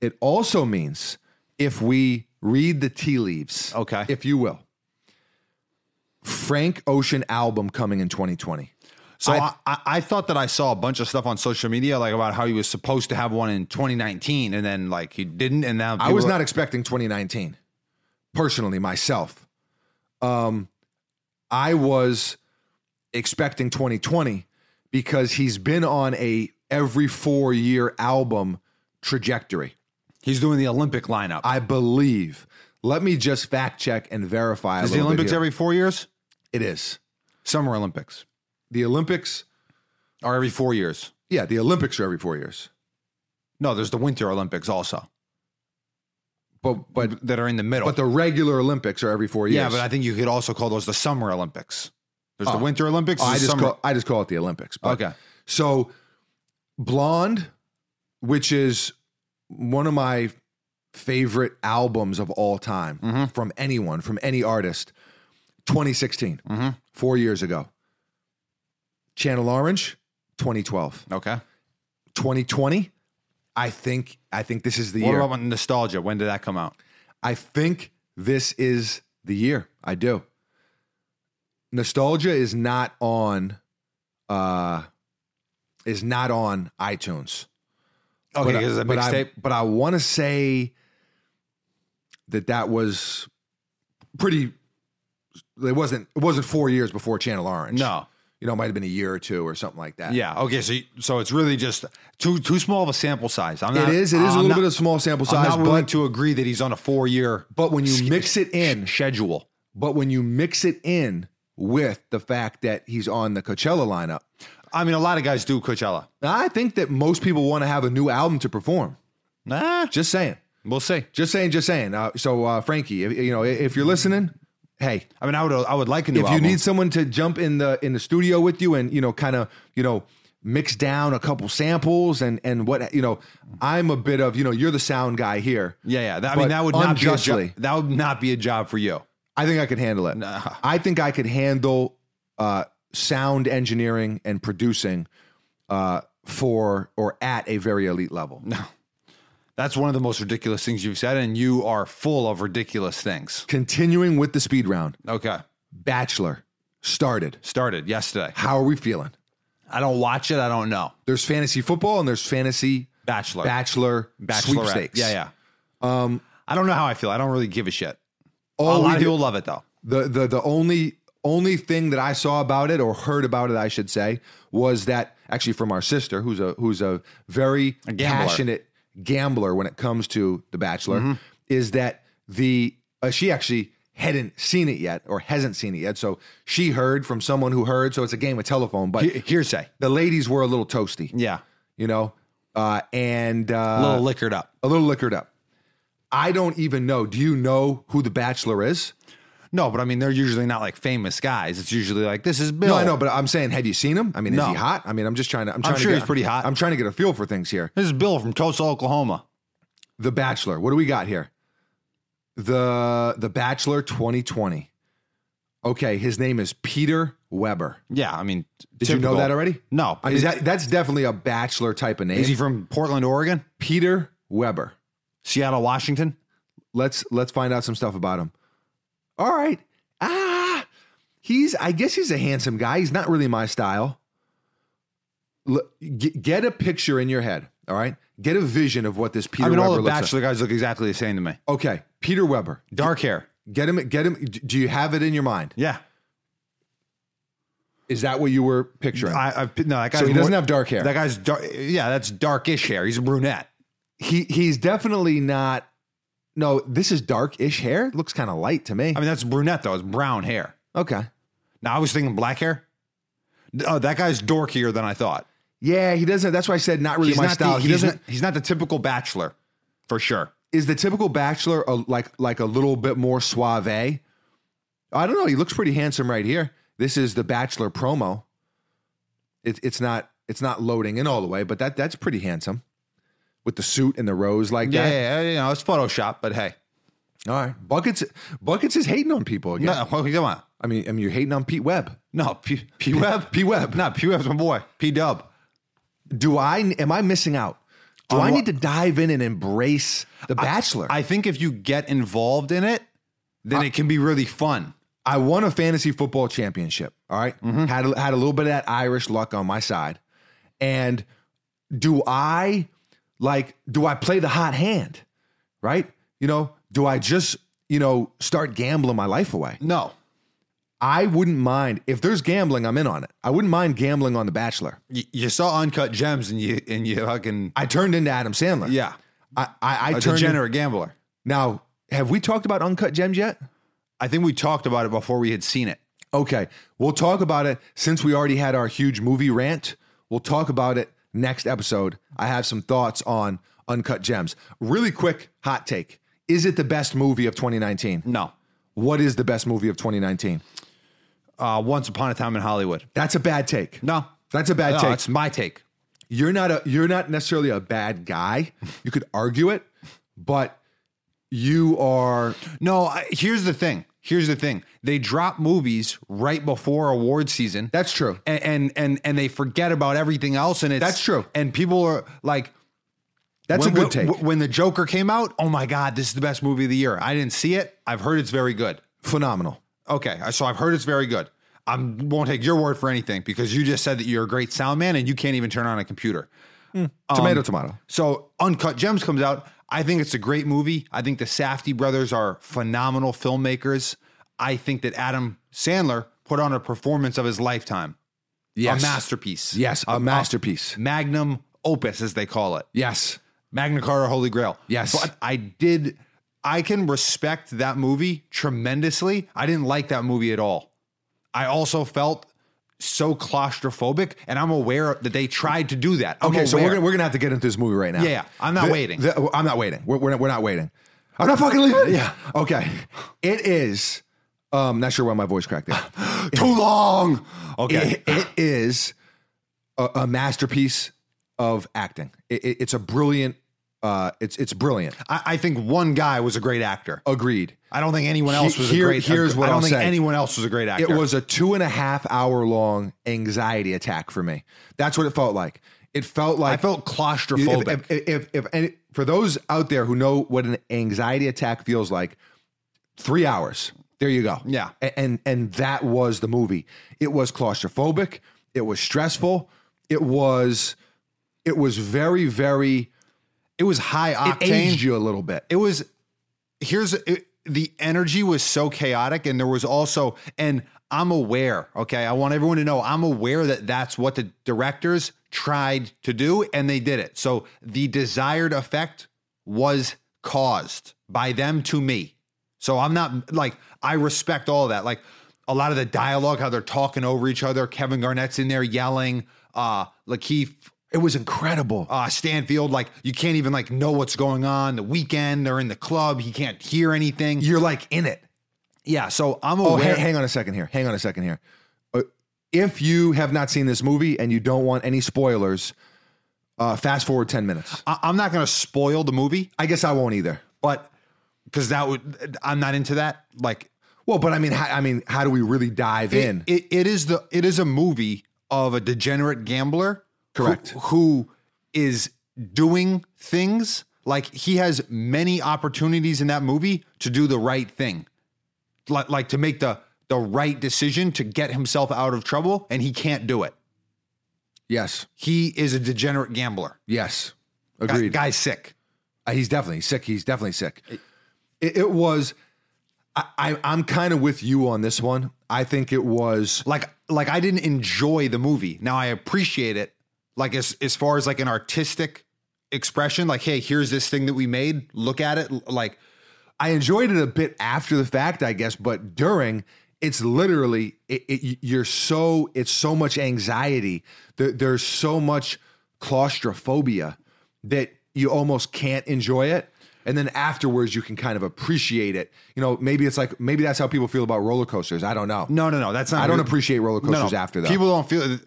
It also means if we read the tea leaves, Okay. if you will, Frank Ocean album coming in 2020. So I, I, I thought that I saw a bunch of stuff on social media like about how he was supposed to have one in 2019 and then like he didn't and now I was people- not expecting 2019, personally myself. Um, I was expecting 2020 because he's been on a every four year album trajectory. he's doing the Olympic lineup. I believe. Let me just fact check and verify. a Is the little bit Olympics here. every four years? It is Summer Olympics the Olympics. are every four years? Yeah, the Olympics are every four years, No, there's the Winter Olympics also, but but that are in the middle. but the regular Olympics are every four years. Yeah, but I think you could also call those the Summer Olympics. There's Oh. the Winter Olympics. Oh, I there's just summer. call, I just call it the Olympics. But, okay. so Blonde, which is one of my favorite albums of all time from anyone, from any artist, 2016, four years ago. Channel Orange, 2012, Okay. 2020. I think I think this is the What year. about nostalgia? When did that come out? I think this is the year. I do. Nostalgia is not on uh is not on iTunes. Okay, but, I- because the but I mixtape. but I want to say that that was pretty it wasn't it wasn't 4 years before Channel Orange. No. You know, it might have been a year or two or something like that. Yeah. Okay. So you- so it's really just too too small of a sample size. I'm not, It is. It is I'm a little not- bit of small sample size, I'm not willing but to agree that he's on a four year but when you mix it in, schedule. but when you mix it in with the fact that he's on the Coachella lineup, I mean, a lot of guys do Coachella. I think that most people want to have a new album to perform. Nah, Just saying. we'll see. Just saying. Just saying. Uh, so, uh, Frankie, if, you know, if you're listening, hey, I mean, I would I would like a new if you album. need someone to jump in the in the studio with you and you know, kind of you know, mix down a couple samples and and what you know, I'm a bit of you know, you're the sound guy here. yeah, yeah. That- I But mean, that would not be a unjustly. job. That would not be a job for you. I think I could handle it. I think I could handle uh, sound engineering and producing uh, for or at a very elite level. That's one of the most ridiculous things you've said, and you are full of ridiculous things. Continuing with the speed round, Okay, Bachelor started. started yesterday. How are we feeling? I don't watch it. I don't know. There's fantasy football and there's fantasy Bachelor, bachelor Bachelorette. sweepstakes. Yeah, yeah. Um, I don't know how I feel. I don't really give a shit. All a Oh, we lot of did- people love it though. the the the only only thing that I saw about it or heard about it, I should say, was that actually from our sister, who's a who's a very gambler. Mm-hmm. passionate gambler when it comes to The Bachelor, is that the uh, she actually hadn't seen it yet or hasn't seen it yet, so she heard from someone who heard, so it's a game of telephone. But He- hearsay. the ladies were a little toasty, Yeah, you know, uh, and a little uh, liquored up. a little liquored up. I don't even know. Do you know who The Bachelor is? No, but I mean, they're usually not like famous guys. It's usually like this is Bill. No, I know, but I'm saying, have you seen him? I mean, is No. he hot? I mean, I'm just trying to. I'm, trying sure to get, he's pretty hot. I'm trying to get a feel for things here. This is Bill from Tulsa, Oklahoma. The Bachelor. What do we got here? The The Bachelor 2020. Okay, his name is Peter Weber. Yeah, I mean, Did you know that already? No, I mean, is, that, that's definitely a bachelor type of name. is he from Portland, Oregon, Peter Weber. Seattle, Washington? Let's let's find out some stuff about him. All right. Ah, he's. I guess he's a handsome guy. He's not really my style. L- get, get a picture in your head. All right. Get a vision of what this Peter I mean, Weber all the looks Bachelor guys look exactly the same to me. like. Okay, Peter Weber. Dark hair. Get him. Get him. d- Do you have it in your mind? Yeah, Is that what you were picturing? I, I no that guy. so he doesn't have dark hair. That guy's dark. Yeah, that's darkish hair. He's a brunette. he he's definitely not. No, this is dark-ish hair. Looks kind of light to me. I mean, that's brunette though. It's brown hair. okay. Now I was thinking black hair. Oh, that guy's dorkier than I thought. Yeah, he doesn't. That's why I said not really He's my not style. The, he he's doesn't. not- he's not the typical bachelor, for sure. is the typical bachelor a, like like a little bit more suave? I don't know. He looks pretty handsome right here. This is the bachelor promo. It, it's not it's not loading in all the way, but that that's pretty handsome with the suit and the rose like Yeah, that. yeah, yeah, you know, it's Photoshop, but hey, All right, buckets buckets is hating on people again. no, well, come on, I mean, I mean, you're hating on Pete Webb. no, P, P Web, P Webb. not P Web's my boy, P Dub. Do I am I missing out? Do On I what- need to dive in and embrace the Bachelor? I think if you get involved in it, then it can be really fun. I won a fantasy football championship. All right? Mm-hmm. Had a, had a little bit of that Irish luck on my side. And do I like do I play the hot hand? Right? You know, do I just, you know, start gambling my life away? No, I wouldn't mind if there's gambling, I'm in on it. I wouldn't mind gambling on The Bachelor. you, you saw uncut gems, and you and you fucking I turned into Adam Sandler. yeah, I I, I a turned degenerate gambler. Now, have we talked about uncut gems yet? I think we talked about it before we had seen it. Okay. We'll talk about it since we already had our huge movie rant. We'll talk about it next episode. I have some thoughts on Uncut Gems. Really quick hot take. Is it the best movie of 2019? No, What is the best movie of 2019? uh, Once Upon a Time in Hollywood. That's a bad take. No, That's a bad no, take. it's my take. You're not a you're not necessarily a bad guy. You could argue it, but you are No, I, here's the thing. Here's the thing. They drop movies right before award season. That's true. and and and, and they forget about everything else and it's That's true. and people are like That's when, a good take. when- When the Joker came out, oh my God, this is the best movie of the year. I didn't see it. I've heard it's very good. Phenomenal. Okay, uh, so I've heard it's very good. I won't take your word for anything because you just said that you're a great sound man and you can't even turn on a computer. Um, tomato, tomato. So Uncut Gems comes out. I think it's a great movie. I think the Safdie brothers are phenomenal filmmakers. I think that Adam Sandler put on a performance of his lifetime. Yes. A masterpiece. Yes, a masterpiece. magnum opus, as they call it. Yes. Magna Carta, Holy Grail. Yes. But I did, I can respect that movie tremendously. I didn't like that movie at all. I also felt so claustrophobic, and I'm aware that they tried to do that. I'm Okay, so we're aware. gonna, we're gonna have to get into this movie right now. Yeah, yeah. I'm not The- waiting. the- oh, I'm not waiting. We're, we're, not, we're not waiting. I'm not fucking leaving. Yeah. Okay. It is. Um, not sure why my voice cracked there. too long. Okay. It- it is a, a masterpiece of acting. It, it- it's a brilliant. Uh, it's it's brilliant. I, I think one guy was a great actor. Agreed. I don't think anyone else was Here- a great here's what I don't I'll think say. anyone else was a great actor. It was a two and a half hour long anxiety attack for me. That's what it felt like. It felt like I felt claustrophobic. if, if, if, if, if any, for those out there who know what an anxiety attack feels like, three hours. There you go. Yeah. A- And and that was the movie. It was claustrophobic. It was stressful. It was it was very very it was high it octane. aged you a little bit. it was here's it, the energy was so chaotic and there was also and i'm aware okay i want everyone to know i'm aware that that's what the directors tried to do and they did it so the desired effect was caused by them to me so i'm not like i respect all that like a lot of the dialogue how they're talking over each other kevin garnett's in there yelling uh lakeith It was incredible. uh, Stanfield, like you can't even like know what's going on. The weekend, they're in the club, he can't hear anything. You're like in it. Yeah, so I'm Oh, aware. hang, hang on a second here. Hang on a second here. Uh, if you have not seen this movie and you don't want any spoilers, uh, fast forward ten minutes. I- I'm not gonna spoil the movie, I guess I won't either. but because that would I'm not into that. Like Well, but I mean, how, I mean, how do we really dive it- in? it, it is the it is a movie of a degenerate gambler, who- Correct. who is doing things like he has many opportunities in that movie to do the right thing, like like to make the the right decision to get himself out of trouble, and he can't do it. yes, he is a degenerate gambler. yes, Guy, agreed. guy's sick. Uh, he's definitely sick. He's definitely sick. It, it was. I, I, I'm kind of with you on this one. I think it was. Like like I didn't enjoy the movie. Now I appreciate it. Like as as far as like an artistic expression, like hey, here's this thing that we made. Look at it. L- Like I enjoyed it a bit after the fact, I guess, but during it's literally it, it, you're so it's so much anxiety. There, there's so much claustrophobia that you almost can't enjoy it. And then afterwards, you can kind of appreciate it. You know, maybe it's like maybe that's how people feel about roller coasters. I don't know. no no no, that's not. I don't appreciate roller no, no. coasters after that. People don't feel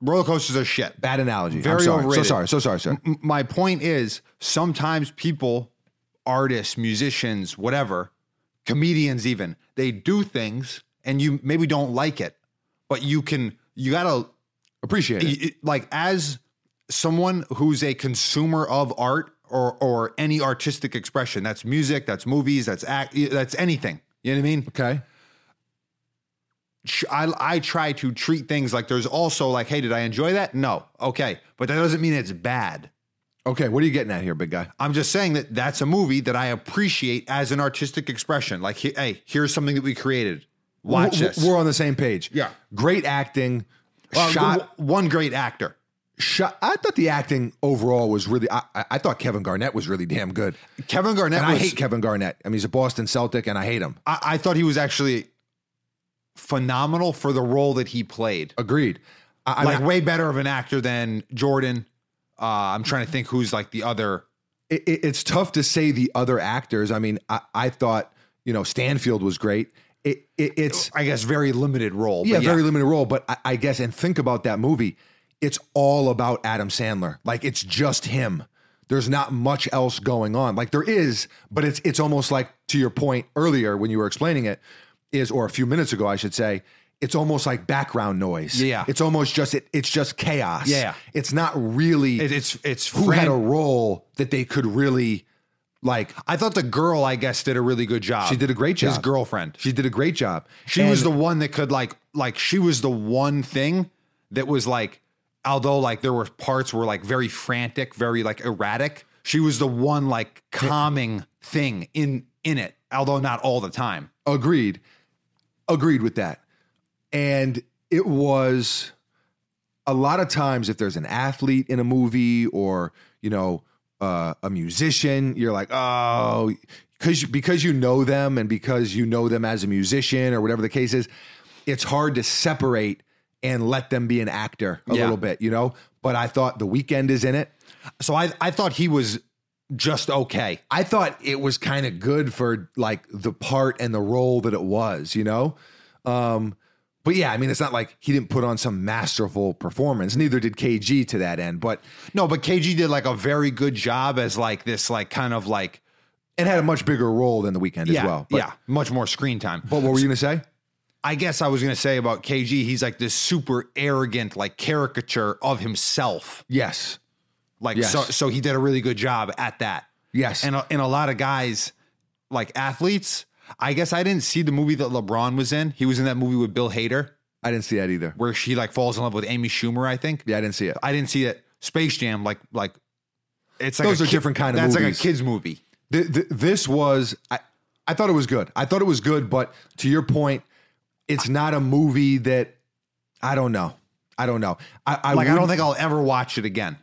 roller coasters are shit. Bad analogy. I'm Very sorry. overrated. So sorry. So sorry, sir. M- my point is sometimes people artists musicians whatever comedians even they do things and you maybe don't like it but you can you gotta Appreciate it. it- it- like as someone who's a consumer of art or or any artistic expression that's music that's movies that's act that's anything you know what i mean Okay. tr- I, I try to treat things like there's also like hey did i enjoy that no okay but that doesn't mean it's bad Okay. What are you getting at here, big guy? I'm just saying that that's a movie that I appreciate as an artistic expression. Like, he- hey, here's something that we created. Watch We're- this. We're on the same page. Yeah. Great acting. Uh, shot. w- one great actor. shot. I thought the acting overall was really. I, I I thought Kevin Garnett was really damn good, Kevin Garnett. and I I hate Kevin Garnett. I mean, he's a Boston Celtic, and I hate him. I, I thought he was actually phenomenal for the role that he played. Agreed. I, I like mean, way better of an actor than Jordan. Uh, I'm trying to think who's like the other. it, it- it's tough to say the other actors. I mean, I, I thought you know Stanfield was great. It, it it's I guess very limited role. but yeah, very limited role, but I, I guess and think about that movie. It's all about Adam Sandler. Like it's just him. There's not much else going on. Like there is, but it's it's almost like to your point earlier when you were explaining it is or a few minutes ago I should say, it's almost like background noise. Yeah. It's almost just it, it's just chaos. Yeah. It's not really It, it's it's who had a Fran- role that they could really like I thought the girl, I guess, did a really good job. She did a great His job. girlfriend. she did a great job. She was the one that could like like she was the one thing that was like although like there were parts were like very frantic, very like erratic. She was the one like calming thing in in it, although not all the time. Agreed. Agreed with that. And it was a lot of times if there's an athlete in a movie or, you know, uh, a musician, you're like, oh, because because you know them and because you know them as a musician or whatever the case is, it's hard to separate and let them be an actor a Yeah. little bit, you know. But I thought the weekend is in it. So I I thought he was just okay. I thought it was kind of good for like the part and the role that it was, you know? Um, but yeah, I mean, it's not like he didn't put on some masterful performance. Neither did KG to that end, but No, but KG did like a very good job as like this like kind of like and had a much bigger role than the weekend yeah, as well. But, yeah, much more screen time. But what were you going to say? I guess I was going to say about KG, he's like this super arrogant, like caricature of himself. Yes. Like, Yes. so, so he did a really good job at that. Yes. And a, and a lot of guys, like athletes, I guess I didn't see the movie that LeBron was in. He was in that movie with Bill Hader I didn't see that either. where she like falls in love with Amy Schumer, I think. Yeah, I didn't see it. I didn't see it. Space Jam, like, like, it's like Those a are different kind of That's like movies. a kid's movie. Th- th- this was, I, I thought it was good. I thought it was good, but to your point, it's not a movie that I don't know. I don't know. I, I Like, I don't wouldn't- think I'll ever watch it again.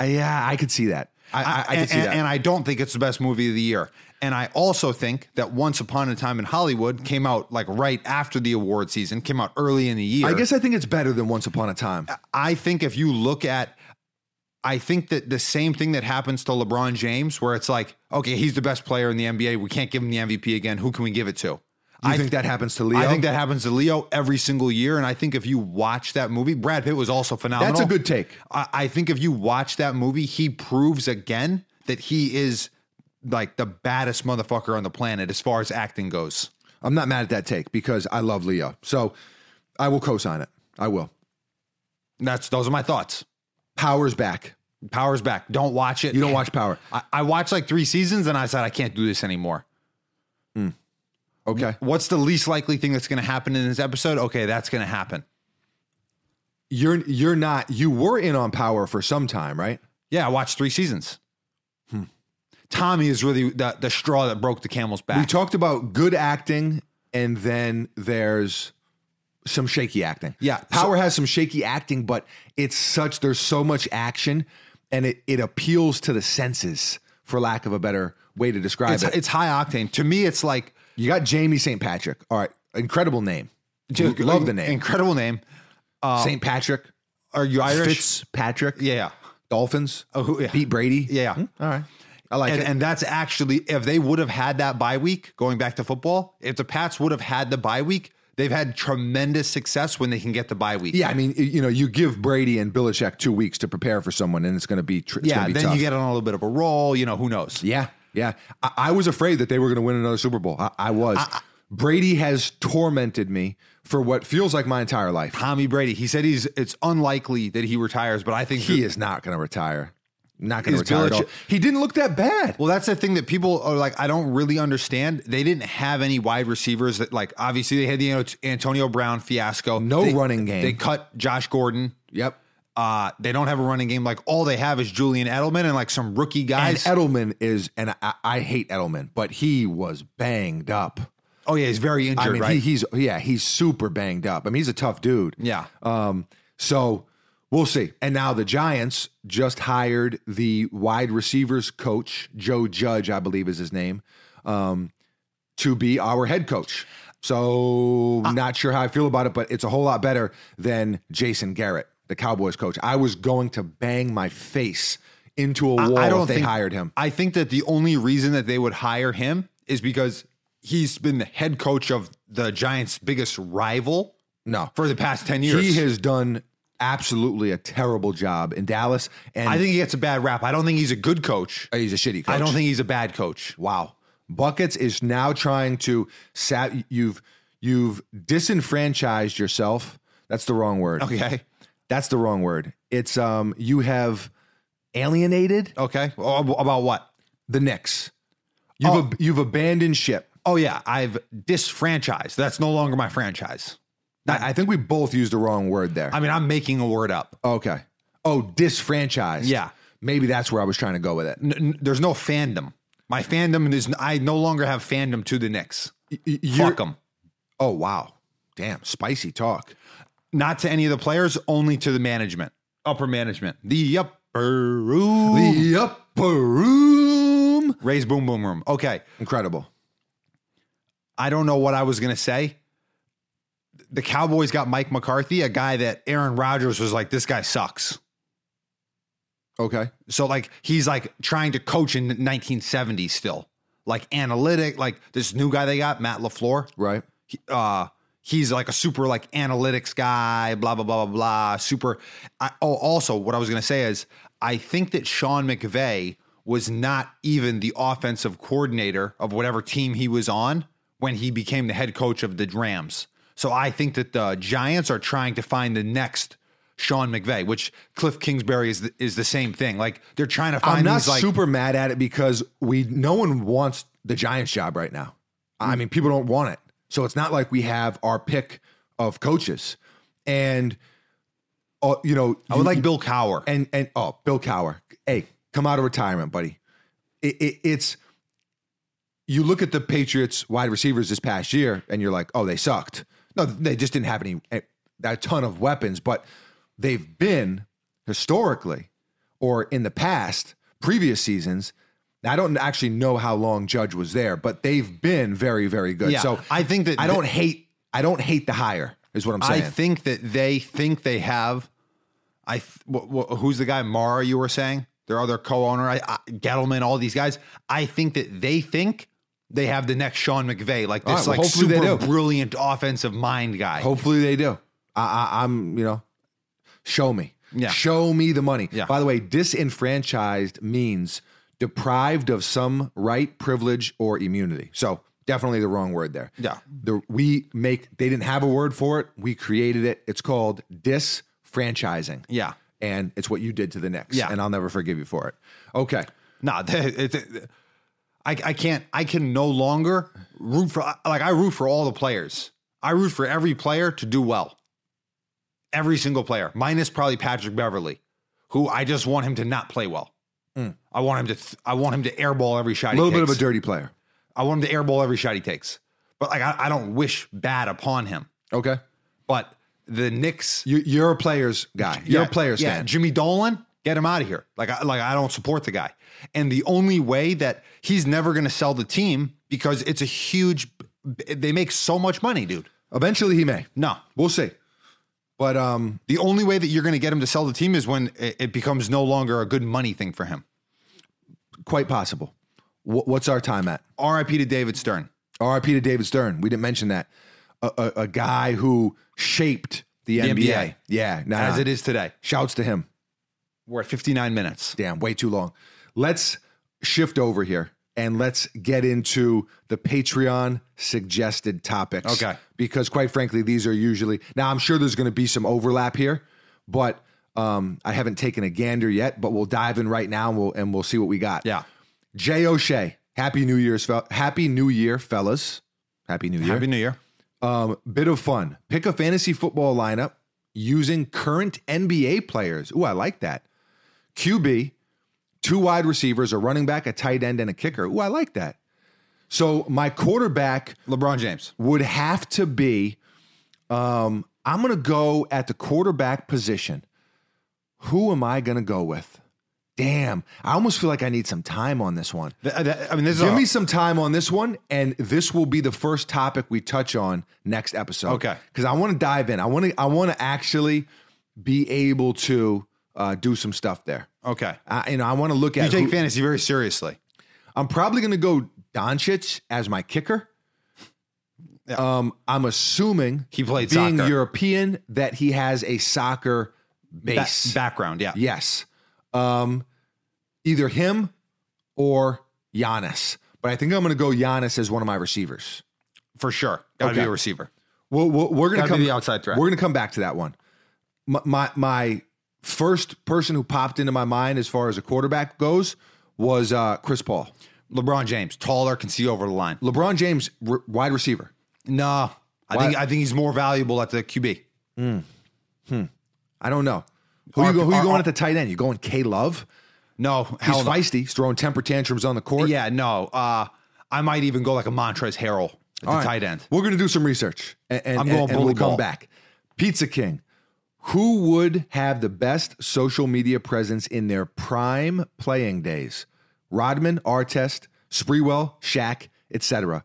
Yeah, I could see that. I, I, I could and, see and- that. and I don't think it's the best movie of the year. And I also think that Once Upon a Time in Hollywood came out like right after the award season, came out early in the year. I guess I think it's better than Once Upon a Time. I think if you look at, I think that the same thing that happens to LeBron James, where it's like, okay, he's the best player in the NBA. We can't give him the MVP again. Who can we give it to? You I think that happens to Leo? I think that happens to Leo every single year. And I think if you watch that movie, Brad Pitt was also phenomenal. that's a good take. I, I think if you watch that movie, he proves again that he is like the baddest motherfucker on the planet as far as acting goes. I'm not mad at that take because I love Leo. So I will co-sign it. I will. That's those are my thoughts. Power's back. Power's back. Don't watch it. You don't watch Power. I, I watched like three seasons and I said I can't do this anymore. Okay. What's the least likely thing that's going to happen in this episode? Okay, that's going to happen. You're you're not you were in on Power for some time, right? Yeah, I watched three seasons. Hmm. Tommy is really the, the straw that broke the camel's We back. talked about good acting and then there's some shaky acting. Yeah, so- Power has some shaky acting, but it's such there's so much action and it it appeals to the senses for lack of a better way to describe it's, it. it's high octane. To me, it's like You got Jamie St. Patrick. All right. Incredible name. Love the name. incredible name. St. Patrick. Are you uh, Irish? Fitzpatrick. Yeah, yeah. Dolphins. Oh, who- yeah. Pete Brady. Yeah. All right. I like And, it. and that's actually, if they would have had that bye week, going back to football, if the Pats would have had the bye week, they've had tremendous success when they can get the bye week. yeah, I mean, you know, you give Brady and Belichick two weeks to prepare for someone, and it's going to be, tr- it's Yeah. gonna be Then tough. you get on a little bit of a roll, you know, who knows? yeah, yeah. I, I was afraid that they were going to win another Super Bowl. I, I was. Brady has tormented me for what feels like my entire life. Tommy Brady, he said he's, it's unlikely that he retires, but I think He is not going to retire. Not going to Is retire. at all. Belichick- He didn't look that bad. Well, that's the thing that people are like, I don't really understand. They didn't have any wide receivers that, like, obviously they had the Ant- Antonio Brown fiasco. No They- running game. They cut Josh Gordon. Yep. Uh, they don't have a running game. Like all they have is Julian Edelman and like some rookie And guys. Edelman is, and I, I hate Edelman, but he was banged up. oh yeah, he's very injured, I mean, right? he, he's yeah, he's super banged up. I mean, he's a tough dude. yeah, Um. So we'll see. And now the Giants just hired the wide receivers coach, Joe Judge, I believe is his name, um, to be our head coach. So Uh, not sure how I feel about it, but it's a whole lot better than Jason Garrett, the Cowboys coach. I was going to bang my face into a wall I don't if they think- hired him. I think that the only reason that they would hire him is because he's been the head coach of the Giants' biggest rival No. for the past ten years. He has done absolutely a terrible job in Dallas, and I think he gets a bad rap. I don't think he's a good coach. he's a shitty coach. I don't think he's a bad coach. Wow, Buckets is now trying to sat. You've You've disenfranchised yourself. That's the wrong word. Okay. That's the wrong word. It's um you have alienated Okay. Oh, ab- about what? the Knicks. You've Oh. ab- you've abandoned ship. Oh yeah, I've disfranchised. That's no longer my franchise. I, I think we both used the wrong word there. I mean, I'm making a word up. okay. Oh, disfranchised. Yeah. Maybe that's where I was trying to go with it. N- n- there's no fandom. My fandom is I no longer have fandom to the Knicks. You're- Fuck them. Oh wow. Damn, spicy talk. Not to any of the players, only to the management, upper management, the upper room. The upper room. Raise boom boom room. Okay, Incredible. I don't know what I was gonna say. The Cowboys got Mike McCarthy, a guy that Aaron Rodgers was like, this guy sucks. Okay. So like he's like trying to coach in 1970 still, like analytic, like this new guy they got, Matt Lafleur. Right. he- uh he's like a super like analytics guy blah blah blah blah blah super I, oh also what i was going to say is i think that sean mcveigh was not even the offensive coordinator of whatever team he was on when he became the head coach of the rams so i think that the giants are trying to find the next sean mcveigh which cliff kingsbury is the, is the same thing like they're trying to find I'm not these, like super mad at it because we no one wants the Giants job right now. Hmm. I mean, people don't want it. So it's not like we have our pick of coaches. And uh, you know, i would like bill cower and and oh, Bill Cower. Hey, come out of retirement, buddy. It, it, it's you look at the Patriots wide receivers this past year, and you're like, oh, they sucked. No, they just didn't have any eh, a ton of weapons, but they've been historically or in the past previous seasons. I don't actually know how long Judge was there, but they've been very, very good. yeah So i think that I don't hate. I don't hate the hire. Is what I'm I saying. think that they think they have. I th- wh- wh- who's the guy Mara you were saying their other co-owner I, I, Gettleman all these guys. I think that they think they have the next Sean McVay like All this right, well, like hopefully they super do. brilliant offensive mind guy. Hopefully they do. I, I, I'm, you know, show me. Yeah. Show me the money. Yeah. By the way, disenfranchised means deprived of some right, privilege, or immunity. So definitely the wrong word there. Yeah. The, we make, they didn't have a word for it. We created it. It's called disfranchising. yeah, And it's what you did to the Knicks. Yeah. And I'll never forgive you for it. Okay. nah, they, it, it- I I can't I can no longer root for like I root for all the players. I root for every player to do well. Every single player, minus probably Patrick Beverly, who I just want him to not play well. I want him to. Th- I want him to airball every shot. A Mm. little he bit takes. of a dirty player. I want him to airball every shot he takes. But like, I, I don't wish bad upon him. Okay. But the Knicks, You, you're a player's guy. You're yeah, a player's yeah, fan. Jimmy Dolan, get him out of here. Like, I, like I don't support the guy. And the only way that he's never going to sell the team because it's a huge. They make so much money, dude. Eventually he may. No, We'll see. But um, the only way that you're going to get him to sell the team is when it, it becomes no longer a good money thing for him. Quite possible. Wh- what's our time at? R.I.P. to David Stern. RIP to David Stern. We didn't mention that. A, a, a guy who shaped the, NBA. NBA. Yeah, nah. As it is today, Shouts to him. we're at 59 minutes. Damn, way too long. Let's shift over here and let's get into the Patreon suggested topics. Okay. Because quite frankly, these are usually now I'm sure there's gonna be some overlap here, but um, I haven't taken a gander yet, but we'll dive in right now and we'll and we'll see what we got. Yeah. Jay O'Shea, Happy New Year's, fel- Happy New Year, fellas. Happy New Year. Happy New Year. um, bit of fun. Pick a fantasy football lineup using current NBA players. Ooh, I like that. QB, two wide receivers, a running back, a tight end, and a kicker. Ooh, I like that. So my quarterback LeBron James. would have to be. Um, I'm going to go at the quarterback position. Who am I going to go with? Damn, I almost feel like I need some time on this one. Th- th- uh, I mean, this is Give a- me some time on this one, and this will be the first topic we touch on next episode. Okay. because I want to dive in. I want to. I want to actually be able to uh, do some stuff there. okay. I, you know, I want to look You at. take who- fantasy very seriously. I'm probably going to go Doncic as my kicker. Yeah. Um, I'm assuming He played being soccer. European that he has a soccer Ba- base. background, yeah. Yes. Um, either him or Giannis. But I think I'm going to go Giannis as one of my receivers. for sure. That would be Okay. a receiver. Well, we're, we're going to Gotta come be the outside threat. We're going to come back to that one. My, my my first person who popped into my mind as far as a quarterback goes was uh, Chris Paul. LeBron James, taller, can see over the line. LeBron James, re- wide receiver. No, I Why- think I think he's more valuable at the QB. I don't know. Who you Our- go, who you our- going at the tight end? You going K Love? No, He's hell no. feisty. He's throwing temper tantrums on the court. Yeah, no. Uh, I might even go like a Montrez Harrell at All the right. tight end. We're going to do some research, and, and, I'm going and- and we'll bully come ball. back. Pizza King, who would have the best social media presence in their prime playing days? Rodman, Artest, Spreewell, Shaq, etc.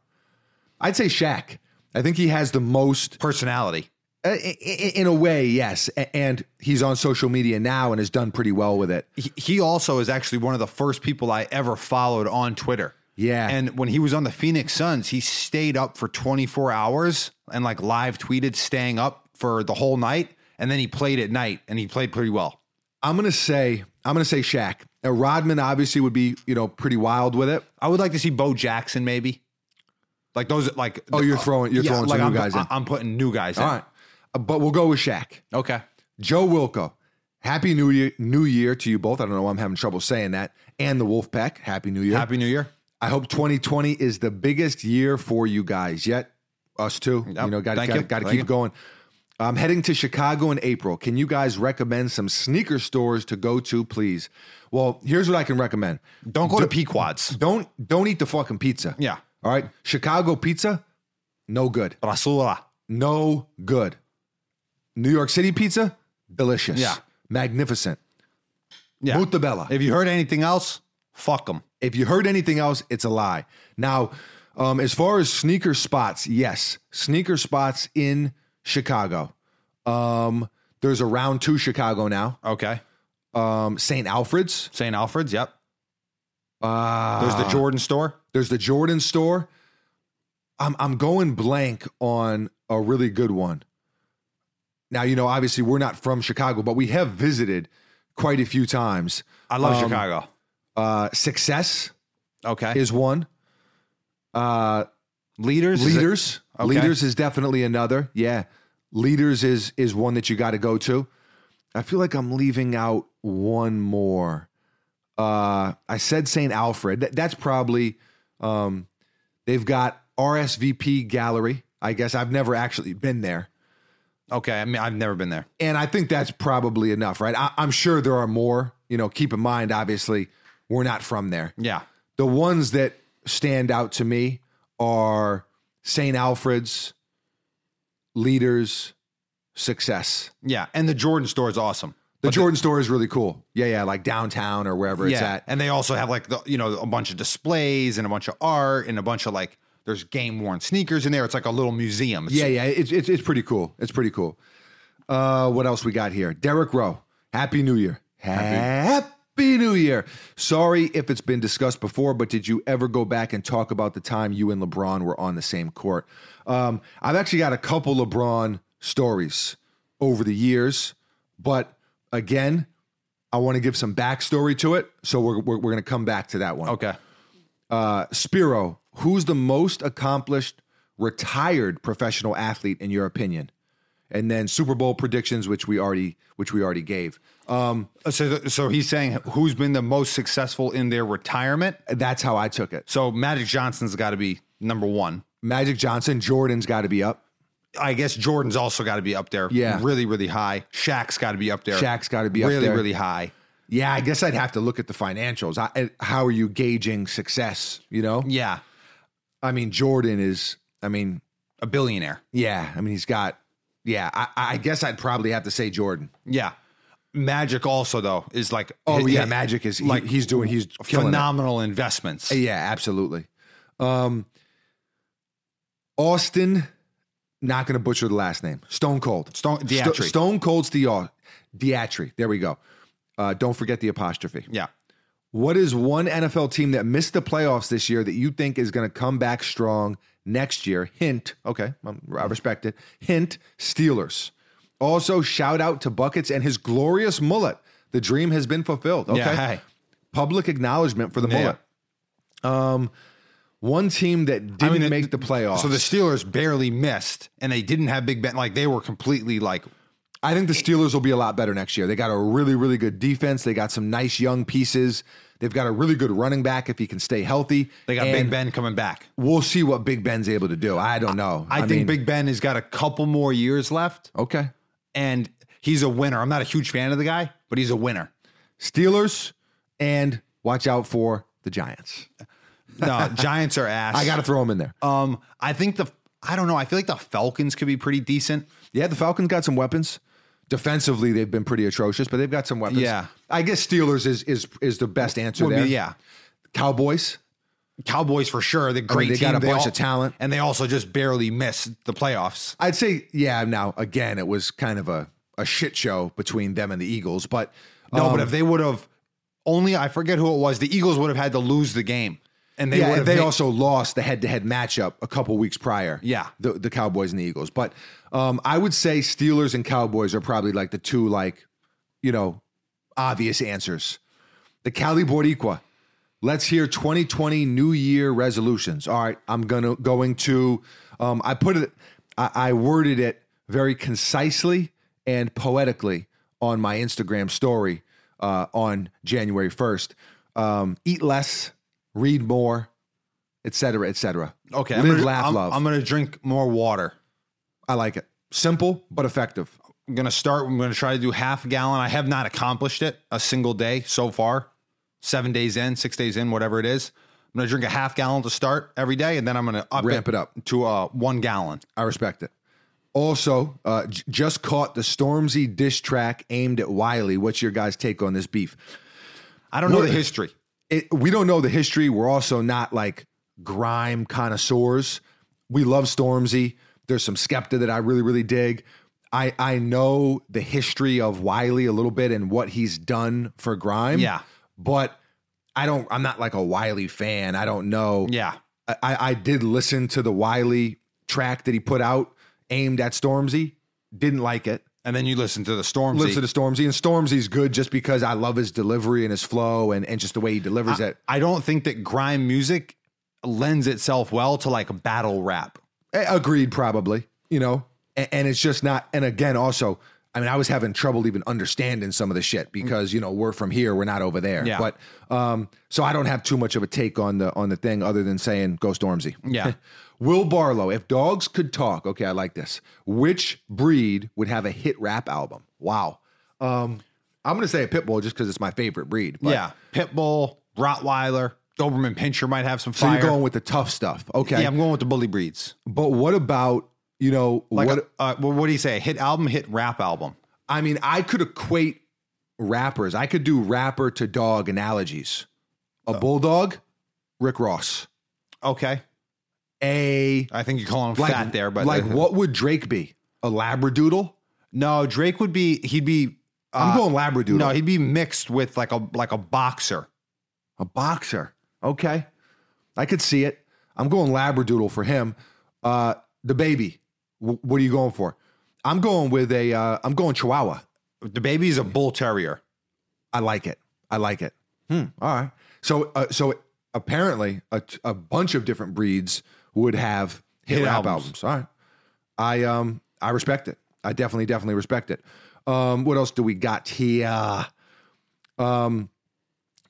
I'd say Shaq. I think he has the most, Personality. uh, i- i- in a way, yes. A- And he's on social media now and has done pretty well with it. He, he also is actually one of the first people I ever followed on Twitter. Yeah. And when he was on the Phoenix Suns, he stayed up for 24 hours and like live tweeted staying up for the whole night. And then he played at night and he played pretty well. I'm going to say, I'm going to say Shaq. Now, Rodman obviously would be, you know, pretty wild with it. I would like to see Bo Jackson maybe. Like those, like Oh, you're throwing- you're throwing some I'm, new guys in. I'm putting new guys in. All right. Uh, But we'll go with Shaq. Okay. Joe Wilco, happy new year, new year to you both. I don't know why I'm having trouble saying that. And the Wolfpack, happy new year. Happy New Year. I hope 2020 is the biggest year for you guys yet. Us too. You know, got Thank to you. got to Thank keep you. going. I'm heading to Chicago in April. Can you guys recommend some sneaker stores to go to, please? Well, here's what I can recommend. Don't go to Pequods. Don't don't eat the fucking pizza. Yeah. All right. Chicago pizza, no good. Rasula. No good. New York City pizza, delicious. Yeah. Magnificent. Yeah. Mutabella. If, If you heard anything else, fuck them. if you heard anything else, it's a lie. Now, um, as far as sneaker spots, yes, sneaker spots in Chicago. Um, there's a round two Chicago now. Okay. Um, St. Alfred's. St. Alfred's. Yep. Uh, There's the Jordan store. There's the Jordan store. I'm I'm going blank on a really good one. Now, you know, obviously we're not from Chicago, but we have visited quite a few times. I love Um, Chicago. Uh Success Okay. is one. Uh leaders. is it- Leaders. Okay. Leaders is definitely another. Yeah. Leaders is is one that you got to go to. I feel like I'm leaving out one more. Uh I said St. Alfred. That, that's probably um they've got RSVP gallery. I guess I've never actually been there. okay. I mean, I've never been there. And I think that's probably enough, right? I, I'm sure there are more. You know, keep in mind, obviously, we're not from there Yeah. the ones that stand out to me are St. Alfred's, Leaders, Success. Yeah. And the Jordan store is awesome. The Jordan store is really cool. Yeah, yeah, like downtown or wherever it's yeah. at. And they also have like the, you know, a bunch of displays and a bunch of art and a bunch of like, there's game worn sneakers in there. It's like a little museum. It's- Yeah, yeah, it's it's, it's pretty cool. It's pretty cool. Uh, what else we got here? Derek Rowe. Happy New Year. Happy. New Year. Sorry if it's been discussed before, but did you ever go back and talk about the time you and LeBron were on the same court? Um, I've actually got a couple LeBron stories over the years, but again, I want to give some backstory to it. So we're, we're, we're going to come back to that one. Okay. Uh, Spiro, who's the most accomplished retired professional athlete in your opinion? And then Super Bowl predictions, which we already which we already gave. Um, So, so he's saying who's been the most successful in their retirement. that's how I took it. So Magic Johnson's got to be number one. Magic Johnson, Jordan's got to be up. I guess Jordan's also got to be up there. Yeah. Really, really high. Shaq's got to be up there. Shaq's got to be up really, there. really high. Yeah, I guess I'd have to look at the financials. I, how are you gauging success? You know, Yeah. I mean, Jordan is. I mean, A billionaire. yeah. I mean, he's got. Yeah, I, I guess I'd probably have to say Jordan. Yeah. Magic also though is like Oh hi- yeah, hi- Magic is like like, he's doing he's killing it. phenomenal investments. Yeah, absolutely. Um, Austin, not going to butcher the last name. Stone Cold. Stone Sto- Diatri. Stone Cold Steve Au- Diatri. There we go. Uh, don't forget the apostrophe. yeah. What is one NFL team that missed the playoffs this year that you think is going to come back strong next year? Hint. Okay, um, I respect it. Hint. Steelers. Also, shout out to Buckets and his glorious mullet. The dream has been fulfilled. Okay Yeah. Hey. public acknowledgement for the Yeah. mullet. Um, One team that didn't it- make the playoffs. So the Steelers barely missed, and they didn't have Big Ben. Like they were completely like I think the Steelers will be a lot better next year. They got a really, really good defense. They got some nice young pieces. They've got a really good running back if he can stay healthy. they got And Big Ben coming back. We'll see what Big Ben's able to do. I don't know. I, think Big Ben has got a couple more years left, Okay. and he's a winner. I'm not a huge fan of the guy, but he's a winner. Steelers and watch out for the Giants. No, Giants are ass. I got to throw them in there. Um, I think the I don't know. I feel like the Falcons could be pretty decent. Yeah, the Falcons got some weapons. Defensively, they've been pretty atrocious, but they've got some weapons. Yeah. I guess Steelers is is is the best answer Would be- there. yeah, Cowboys. Cowboys for sure. They're great. they got team. a bunch of talent. and they also just barely missed the playoffs. I'd say yeah. Now again, it was kind of a a shit show between them and the Eagles, but No, um, but if they would have only, I forget who it was, the Eagles would have had to lose the game. And they yeah, and would have they made- also lost the head-to-head matchup a couple weeks prior. Yeah. the, the Cowboys and the Eagles. But um, I would say Steelers and Cowboys are probably like the two like you know obvious answers. The Cali Boricua. Let's hear 2020 New Year resolutions. All right, I'm gonna going to. Um, I put it. I, I worded it very concisely and poetically on my Instagram story uh, on January 1st. Um, eat less, read more, et cetera, et cetera. Okay. live, I'm gonna, laugh, I'm, love. I'm going to drink more water. I like it. Simple but effective. I'm going to start. I'm going to try to do half a gallon. I have not accomplished it a single day so far. Seven days in, six days in, whatever it is. I'm going to drink a half gallon to start every day, and then I'm going to up Ramp it up. to uh, one gallon. I respect it. Also, uh, j- just caught the Stormzy diss track aimed at Wiley. What's your guys' take on this beef? I don't know We're- the history. it, we don't know the history. We're also not like grime connoisseurs. We love Stormzy. There's some Skepta that I really, really dig. I I know the history of Wiley a little bit and what he's done for grime. Yeah. but I don't. I'm not like a Wiley fan. I don't know. Yeah. I, I did listen to the Wiley track that he put out aimed at Stormzy. Didn't like it. And then you listen to the Stormzy. Listen to Stormzy, and Stormzy's good just because I love his delivery and his flow and, and just the way he delivers it. I don't think that grime music lends itself well to like battle rap. A- Agreed, probably. You know, A- and, it's just not. And again, also, I mean, I was having trouble even understanding some of the shit because you know we're from here, we're not over there. Yeah. But um, so I don't have too much of a take on the on the thing other than saying go Stormzy. Yeah. Will Barlow, if dogs could talk, okay, I like this. Which breed would have a hit rap album? Wow. Um, I'm gonna say a pit bull just because it's my favorite breed. But, yeah, Pitbull, Rottweiler, Doberman Pinscher might have some So fire. you're going with the tough stuff, okay? yeah, I'm going with the bully breeds. But what about you know Like what? what? uh, well, what do you say? Hit album, hit rap album. I mean, I could equate rappers. I could do rapper to dog analogies. A Oh. bulldog, Rick Ross. Okay, A I think you call him fat there, but like what would Drake be? A labradoodle? No, Drake would be. He'd be. I'm uh, going labradoodle. No, he'd be mixed with like a like a boxer. a boxer. Okay, I could see it. I'm going labradoodle for him. Uh, the baby. W- what are you going for? I'm going with a. Uh, I'm going Chihuahua. The baby's a bull terrier. I like it. I like it. Hmm. All right. So, uh, so apparently, a, a bunch of different breeds would have hit, Hit rap albums. albums. All right. I um I respect it. I definitely definitely respect it. Um, what else do we got here? Um,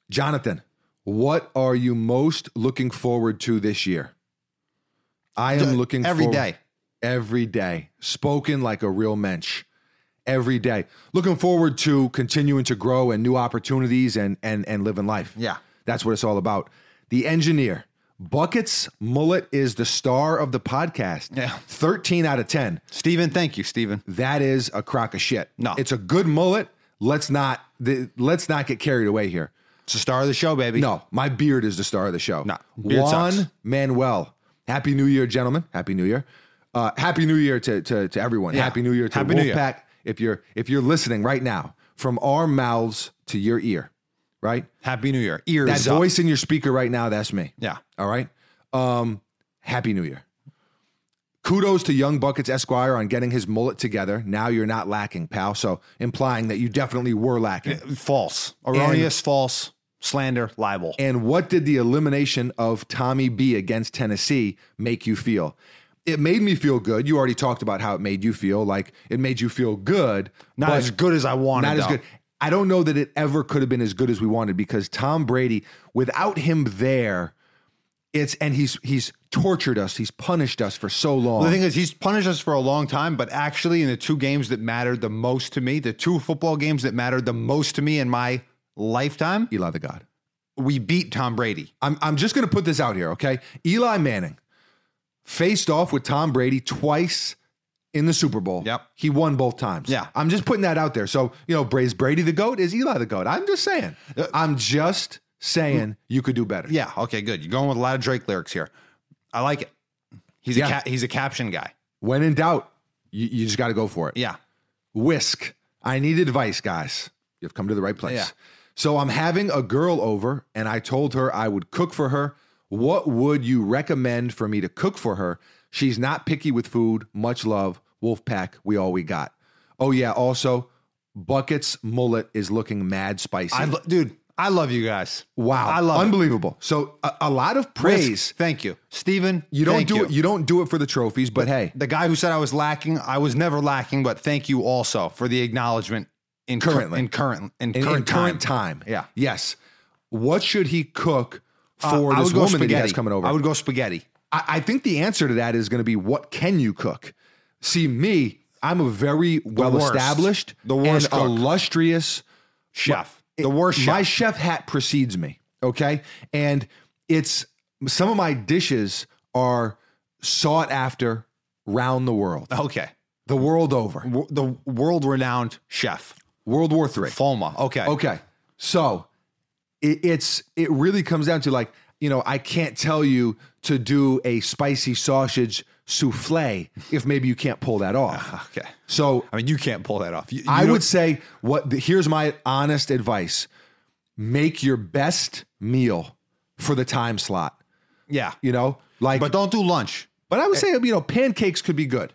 Jonathan, what are you most looking forward to this year? I am looking every forward- day. every day, spoken like a real mensch every day. Looking forward to continuing to grow and new opportunities and and and living life. Yeah. That's what it's all about. The engineer, Buckets Mullet is the star of the podcast. Yeah. 13 out of 10. Steven, thank you, Steven. That is a crock of shit. No. It's a good mullet. Let's not the, let's not get carried away here. It's the star of the show, baby. No, my beard is the star of the show. No, beard Juan sucks. Manuel. Happy New Year, gentlemen. Happy New Year. Uh, happy New Year to, to, to everyone. Yeah. Happy New Year to Happy New Year. Wolfpack. If you're if you're listening right now, from our mouths to your ear, right? Happy New Year. Ears That up. voice in your speaker right now, that's me. Yeah. All right. Um, happy New Year. Kudos to Young Buckets Esquire on getting his mullet together. Now you're not lacking, pal. So implying that you definitely were lacking. False. Erroneous, false. slander, libel. And what did the elimination of Tommy B against Tennessee make you feel? It made me feel good. You already talked about how it made you feel. Like it made you feel good. Not but as good as I wanted. not as though. good. I don't know that it ever could have been as good as we wanted because Tom Brady, without him there, it's and he's he's tortured us. He's punished us for so long. The thing is, he's punished us for a long time, but actually, in the two games that mattered the most to me, the two football games that mattered the most to me in my lifetime, Eli the God. we beat Tom Brady. I'm, I'm just going to put this out here, okay? Eli Manning faced off with Tom Brady twice in the Super Bowl. Yep. He won both times. Yeah. I'm just putting that out there. So, you know, Brady's Brady the GOAT? Is Eli the GOAT? I'm just saying. I'm just saying you could do better. Uh, Yeah, okay, good. You're going with a lot of Drake lyrics here. I like it. He's Yeah. a ca- he's a caption guy. When in doubt, you, you just got to go for it. Yeah, Whisk. I need advice, guys. You've come to the right place. Yeah. So I'm having a girl over and I told her I would cook for her. What would you recommend for me to cook for her? She's not picky with food. Much love. Wolfpack, we all we got. Oh yeah, also Bucket's mullet is looking mad spicy. I lo- dude, I love you guys. wow. I love it. Unbelievable. So a, a lot of Risk, praise. Thank you, Steven. You don't thank do it you don't do it for the trophies, but hey, The guy who said I was lacking, I was never lacking. But thank you also for the acknowledgement in cur- Currently. in current in, in, current in current time. Yeah. Yes. What should he cook for Uh, I this would go woman that he spaghetti. has coming over? I would go spaghetti. I, I think the answer to that is going to be what can you cook? See, me, I'm a very well established, The worst and cook. illustrious chef. the worst My chef. chef hat precedes me. Okay, and it's some of my dishes are sought after round the world, okay. the world over. W- the world renowned chef. World War Three. Foma. Okay. Okay. So it, it's it really comes down to like, you know, I can't tell you to do a spicy sausage souffle if maybe you can't pull that off. Okay. So I mean, you can't pull that off. You- you I don't- would say what the, here's my honest advice. Make your best meal for the time slot, Yeah. you know? Like But eh don't do lunch. but I would say, you know, pancakes could be good.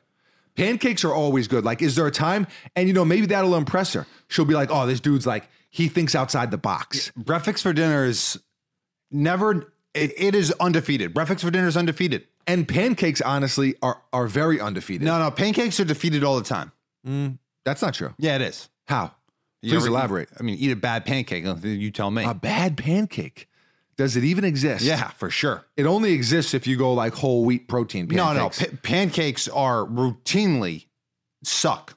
Pancakes are always good. Like, is there a time? And you know, maybe that'll impress her. She'll be like, "Oh, this dude's like he thinks outside the box." Breakfast for dinner is never. It, it is undefeated. Breakfast for dinner is undefeated. And pancakes, honestly, are are very undefeated. No, no. Pancakes are defeated all the time. That's not true. Yeah, it is. How? You Please ever- elaborate. Uh, I mean, eat a bad pancake. Oh, You tell me. A bad pancake. Does it even exist? yeah, for sure. It only exists if you go like whole wheat protein No, no. pancakes. Pa- pancakes are routinely suck.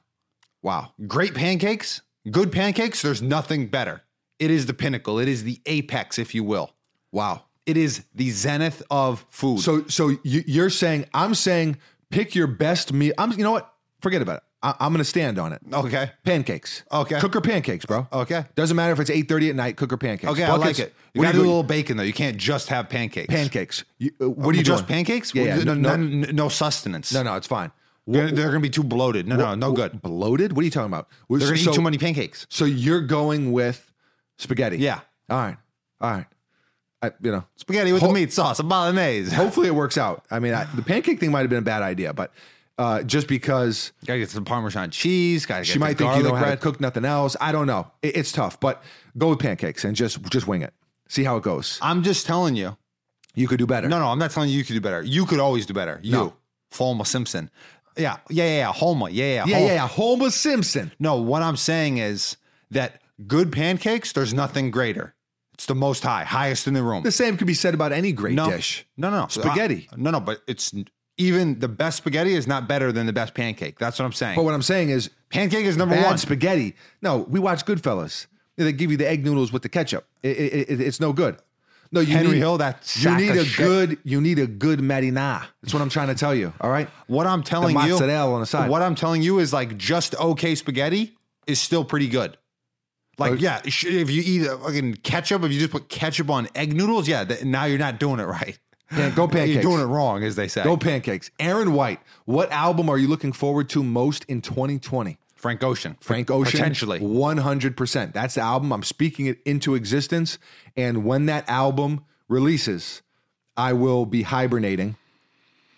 wow. great pancakes, good pancakes, there's nothing better. It is the pinnacle. It is the apex, if you will. Wow. It is the zenith of food. So so you, you're saying I'm saying pick your best meal. I'm you know what? Forget about it. I, I'm gonna stand on it. okay, Oh. Pancakes. Okay. Cook her pancakes, bro. okay, Doesn't matter if it's 8:30 at night. Cook her pancakes. okay. I Buckets- like it. You What do gotta do you a do? little bacon though. You can't just have pancakes. Pancakes. You, uh, what What do you just doing? pancakes? Yeah, yeah. no, No- no, no sustenance. No, no, it's fine. They're, they're gonna be too bloated. No, no, no good. Bloated? What are you talking about? They're gonna So- eat too many pancakes. So you're going with spaghetti? Yeah, All right. All right. I, you know, spaghetti with Ho- the meat sauce, a bolognese. hopefully it works out. I mean, I, the pancake thing might have been a bad idea, but uh, just because gotta get some Parmesan cheese. Gotta get she might the think you garlic don't have bread. to cook nothing else. I don't know. It, it's tough, but go with pancakes and just just wing it. See how it goes. I'm just telling you. You could do better. No, no, I'm not telling you you could do better. You could always do better. You, No. Homer Simpson. Yeah, yeah, yeah, yeah. Homer. Yeah, yeah, Yeah, Hol- yeah, yeah. Homer Simpson. No, what I'm saying is that good pancakes, there's nothing greater. It's the most high, highest in the room. The same could be said about any great no, dish. no, no, Spaghetti. I- no, no, but it's even the best spaghetti is not better than the best pancake. That's what I'm saying. But what I'm saying is pancake is number bad one. spaghetti. No, we watch Goodfellas. They give you the egg noodles with the ketchup. I- I- I- it's no good. No, you Henry need, Hill, that you sack need of a shit. good you need a good marinara. That's what I'm trying to tell you. All right, What I'm telling you, mozzarella on the side. What I'm telling you is like just okay spaghetti is still pretty good. Like Okay. yeah, sh- if you eat a fucking ketchup, if you just put ketchup on egg noodles, yeah, th- now you're not doing it right. Pan- go pancakes. You're doing it wrong, as they say. Go pancakes. Aaron White. What album are you looking forward to most in 2020? Frank Ocean. Frank Ocean. Potentially. 100%. That's the album. I'm speaking it into existence. And when that album releases, I will be hibernating.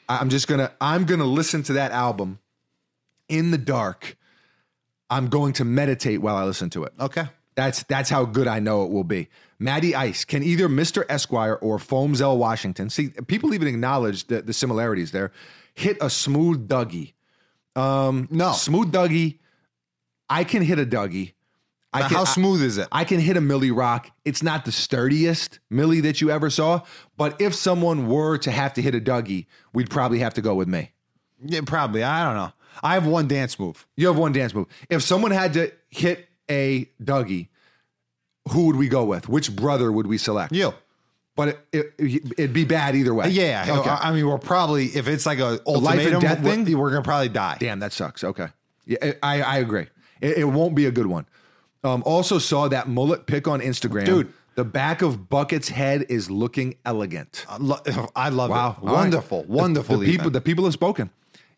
I- I'm just going to, I'm going to listen to that album in the dark. I'm going to meditate while I listen to it. Okay. That's that's how good I know it will be. Matty Ice can either Mr. Esquire or Foams L. Washington. See, people even acknowledge the, the similarities there. Hit a smooth Dougie. No. Smooth Dougie. I can hit a Dougie. I Now, can, how I- smooth is it? I can hit a Millie rock. It's not the sturdiest Millie that you ever saw, but if someone were to have to hit a Dougie, we'd probably have to go with me. Yeah, probably. I don't know. I have one dance move. You have one dance move. If someone had to hit a Dougie, who would we go with? Which brother would we select? You. But it, it, it'd be bad either way. Yeah. Okay. I I mean, we're probably if it's like a ultimatum, life and death we're- thing? we're gonna probably die. Damn, that sucks. Okay. Yeah, I, I agree. It, it won't be a good one. Um, also saw that mullet pick on Instagram. Dude. the back of Bucket's head is looking elegant. I lo- I love Wow. it. All right. Uh, Wonderful. The- Wonderful. The, even. people the people have spoken.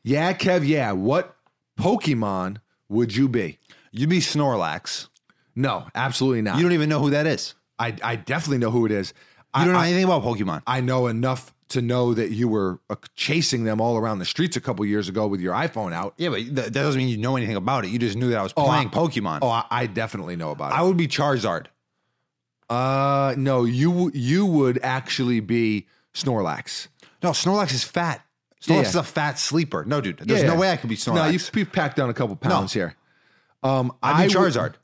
Yeah, Kev, yeah. What Pokemon would you be? You'd be Snorlax. No, absolutely not. You don't even know who that is. I, I definitely know who it is. You I, don't know I, anything about Pokemon. I know enough to know that you were uh, chasing them all around the streets a couple years ago with your iPhone out. Yeah, but th- that doesn't mean you know anything about it. You just knew that I was I- playing Pokemon. Oh, I, I definitely know about it. I would be Charizard. Uh, no, you w- you would actually be Snorlax. No, Snorlax is fat. Snorlax Yeah, yeah. is a fat sleeper. No, dude, there's Yeah, no yeah. way I could be Snorlax. No, you've, you've packed down a couple pounds here. Um, I'd be I would- Charizard,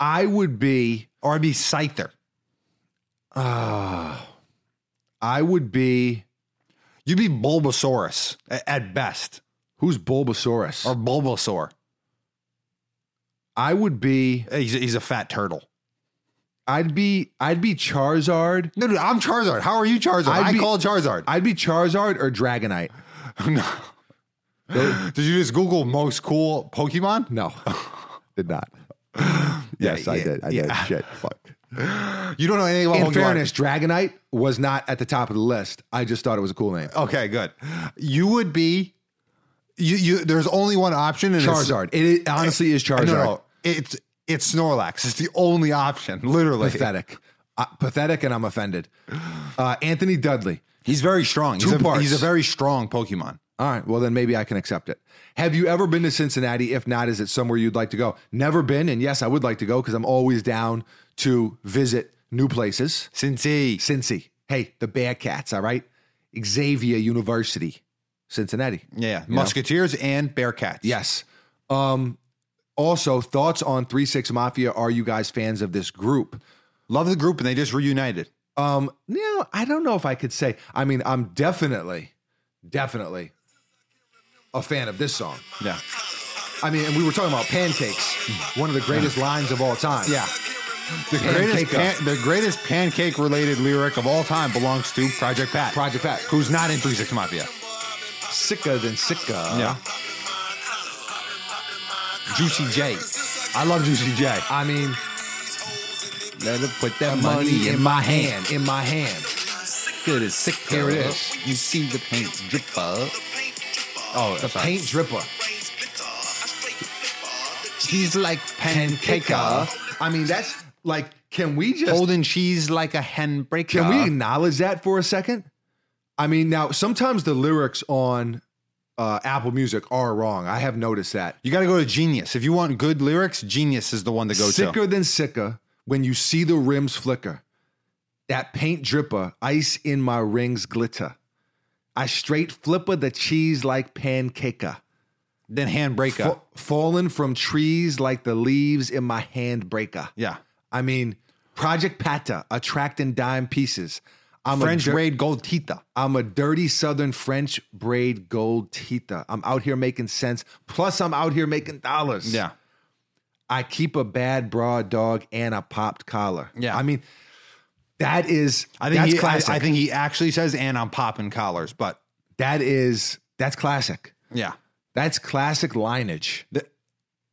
I would be. or I'd be Scyther. I would be. You'd be Bulbasaurus a- at best, Who's Bulbasaurus? or Bulbasaur. I would be. He's a, he's a fat turtle. I'd be. I'd be Charizard. No, dude, I'm Charizard. How are you Charizard? I'd I be- call Charizard. I'd be Charizard or Dragonite. Did you just Google most cool Pokemon? No, did not. yes, I yeah, did. I yeah. did. Shit, fuck. You don't know anything about In Pokemon. fairness, Dragonite was not at the top of the list. I just thought it was a cool name. Okay, good. You would be. You you. There's only one option. And it's- Charizard. It, it honestly is Charizard. No, no, it's it's Snorlax. It's the only option, literally. pathetic, uh, pathetic, and I'm offended. Uh, Anthony Dudley. He's very strong. Two he's, a, parts. he's a very strong Pokemon. All right, well then maybe I can accept it. Have you ever been to Cincinnati? If not, is it somewhere you'd like to go? Never been, and yes, I would like to go because I'm always down to visit new places. Since he Cincy, hey, the Bearcats, all right? Xavier University, Cincinnati. yeah, Musketeers and Bearcats. Yes. Um, also, thoughts on Three Six Mafia? Are you guys fans of this group? love the group, and they just reunited. Um, no, I don't know if I could say. I mean, I'm definitely, definitely a fan of this song. Yeah, I mean, and we were talking about pancakes, one of the greatest lines of all time. yeah. The Pancake greatest, pan, the greatest pancake-related lyric of all time belongs to Project Pat. Project Pat, who's who's not in Three Six Mafia. sicker than sicker. Yeah. Juicy J. I love Juicy J. I mean, Let it put that money in my hand, in my hand. Good as sick. Here it is. You see the paint drip up. Oh, The paint dripper, She's like pancaker. I mean, that's like, can we just Holding cheese like a handbreaker. Can we acknowledge that for a second? I mean, now sometimes the lyrics on uh, Apple Music are wrong. I have noticed that. You got to go to Genius if you want good lyrics. Genius is the one to go Sicker than sicker when you see the rims flicker. That paint dripper, ice in my rings glitter. I straight flipper the cheese like pancaker. to. Then handbreaker. Fa- fallen from trees like the leaves in my hand breaker. yeah. I mean, Project Pata, attracting dime pieces. I'm a French dir- braid gold tita. I'm a dirty Southern French braid gold tita. I'm out here making sense. Plus, I'm out here making dollars. Yeah. I keep a bad broad dog and a popped collar. Yeah. I mean, that is I think that's he, I, classic. I think he actually says, and I'm popping collars, but that is that's classic. yeah. That's classic lineage.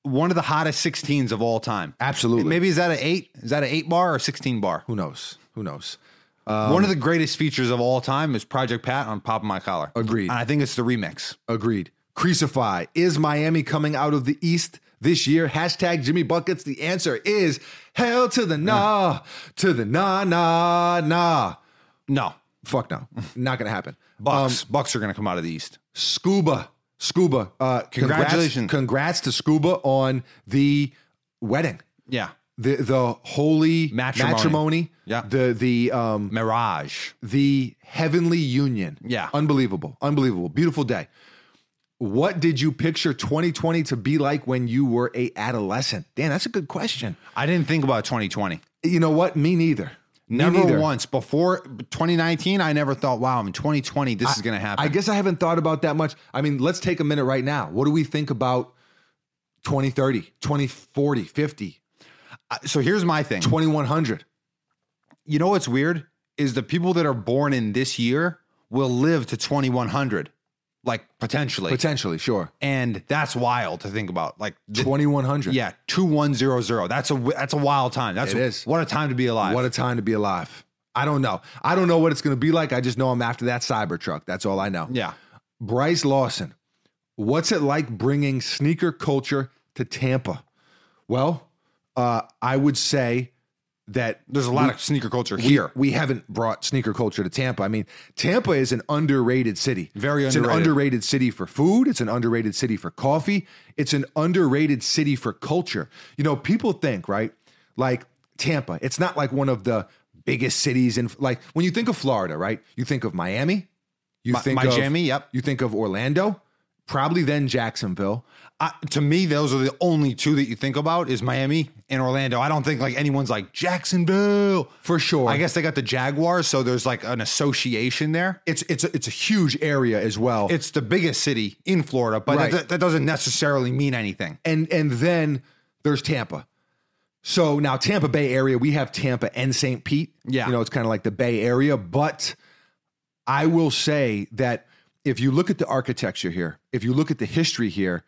One of the hottest 16s of all time. Absolutely. Maybe is that an eight? Is that an eight bar or 16 bar? Who knows? Who knows? Um, One of the greatest features of all time is Project Pat on Poppin' My Collar. Agreed. And I think it's the remix. Agreed. Crucify. Is Miami coming out of the East this year? Hashtag Jimmy Buckets. The answer is hell to the nah, to the nah, nah, nah. No. Fuck no. Not gonna happen. Bucks. Um, Bucks are going to come out of the East. Scuba. Scuba. Uh congrats- Congratulations. Congrats to Scuba on the wedding. Yeah. the the holy Matrimony. matrimony Yeah. the the um Mirage. the heavenly union. Yeah. Unbelievable. Unbelievable. Beautiful day. What did you picture 2020 to be like when you were a adolescent? Dan, that's a good question. I didn't think about 2020. You know what? Me neither. Me Never neither. once before 2019. I never thought, wow, in 2020, this is going to happen. I guess I haven't thought about that much. I mean, let's take a minute right now. What do we think about 2030, 2040, 50, so here's my thing. 2100? You know what's weird is the people that are born in this year will live to 2100, like potentially, Potentially, sure. and that's wild to think about. Like, th- 2100. yeah, 2100. That's a wi- that's a wild time. That's It is. what a time to be alive. What a time to be alive. I don't know. I don't know what it's going to be like. I just know I'm after that Cybertruck. That's all I know. yeah. Bryce Lawson, what's it like bringing sneaker culture to Tampa? Well, uh, I would say that There's a lot of sneaker culture here. we haven't brought sneaker culture to Tampa. I mean, Tampa is an underrated city. Very it's an underrated. underrated city for food. It's an underrated city for coffee. It's an underrated city for culture. You know, people think right, like Tampa. It's not like one of the biggest cities in like when you think of Florida, right? You think of Miami. You Mi- think Miami, Of, yep. You think of Orlando. Probably then Jacksonville. I, to me, those are the only two that you think about is Miami and Orlando. I don't think like anyone's like Jacksonville. For sure. I guess they got the Jaguars, so there's like an association there. it's it's a, it's a huge area as well. It's the biggest city in Florida, but Right. that, that doesn't necessarily mean anything. and and then there's Tampa. So now Tampa Bay area, we have Tampa and St. Pete. Yeah. you know it's kind of like the Bay Area, but I will say that if you look at the architecture here, if you look at the history here,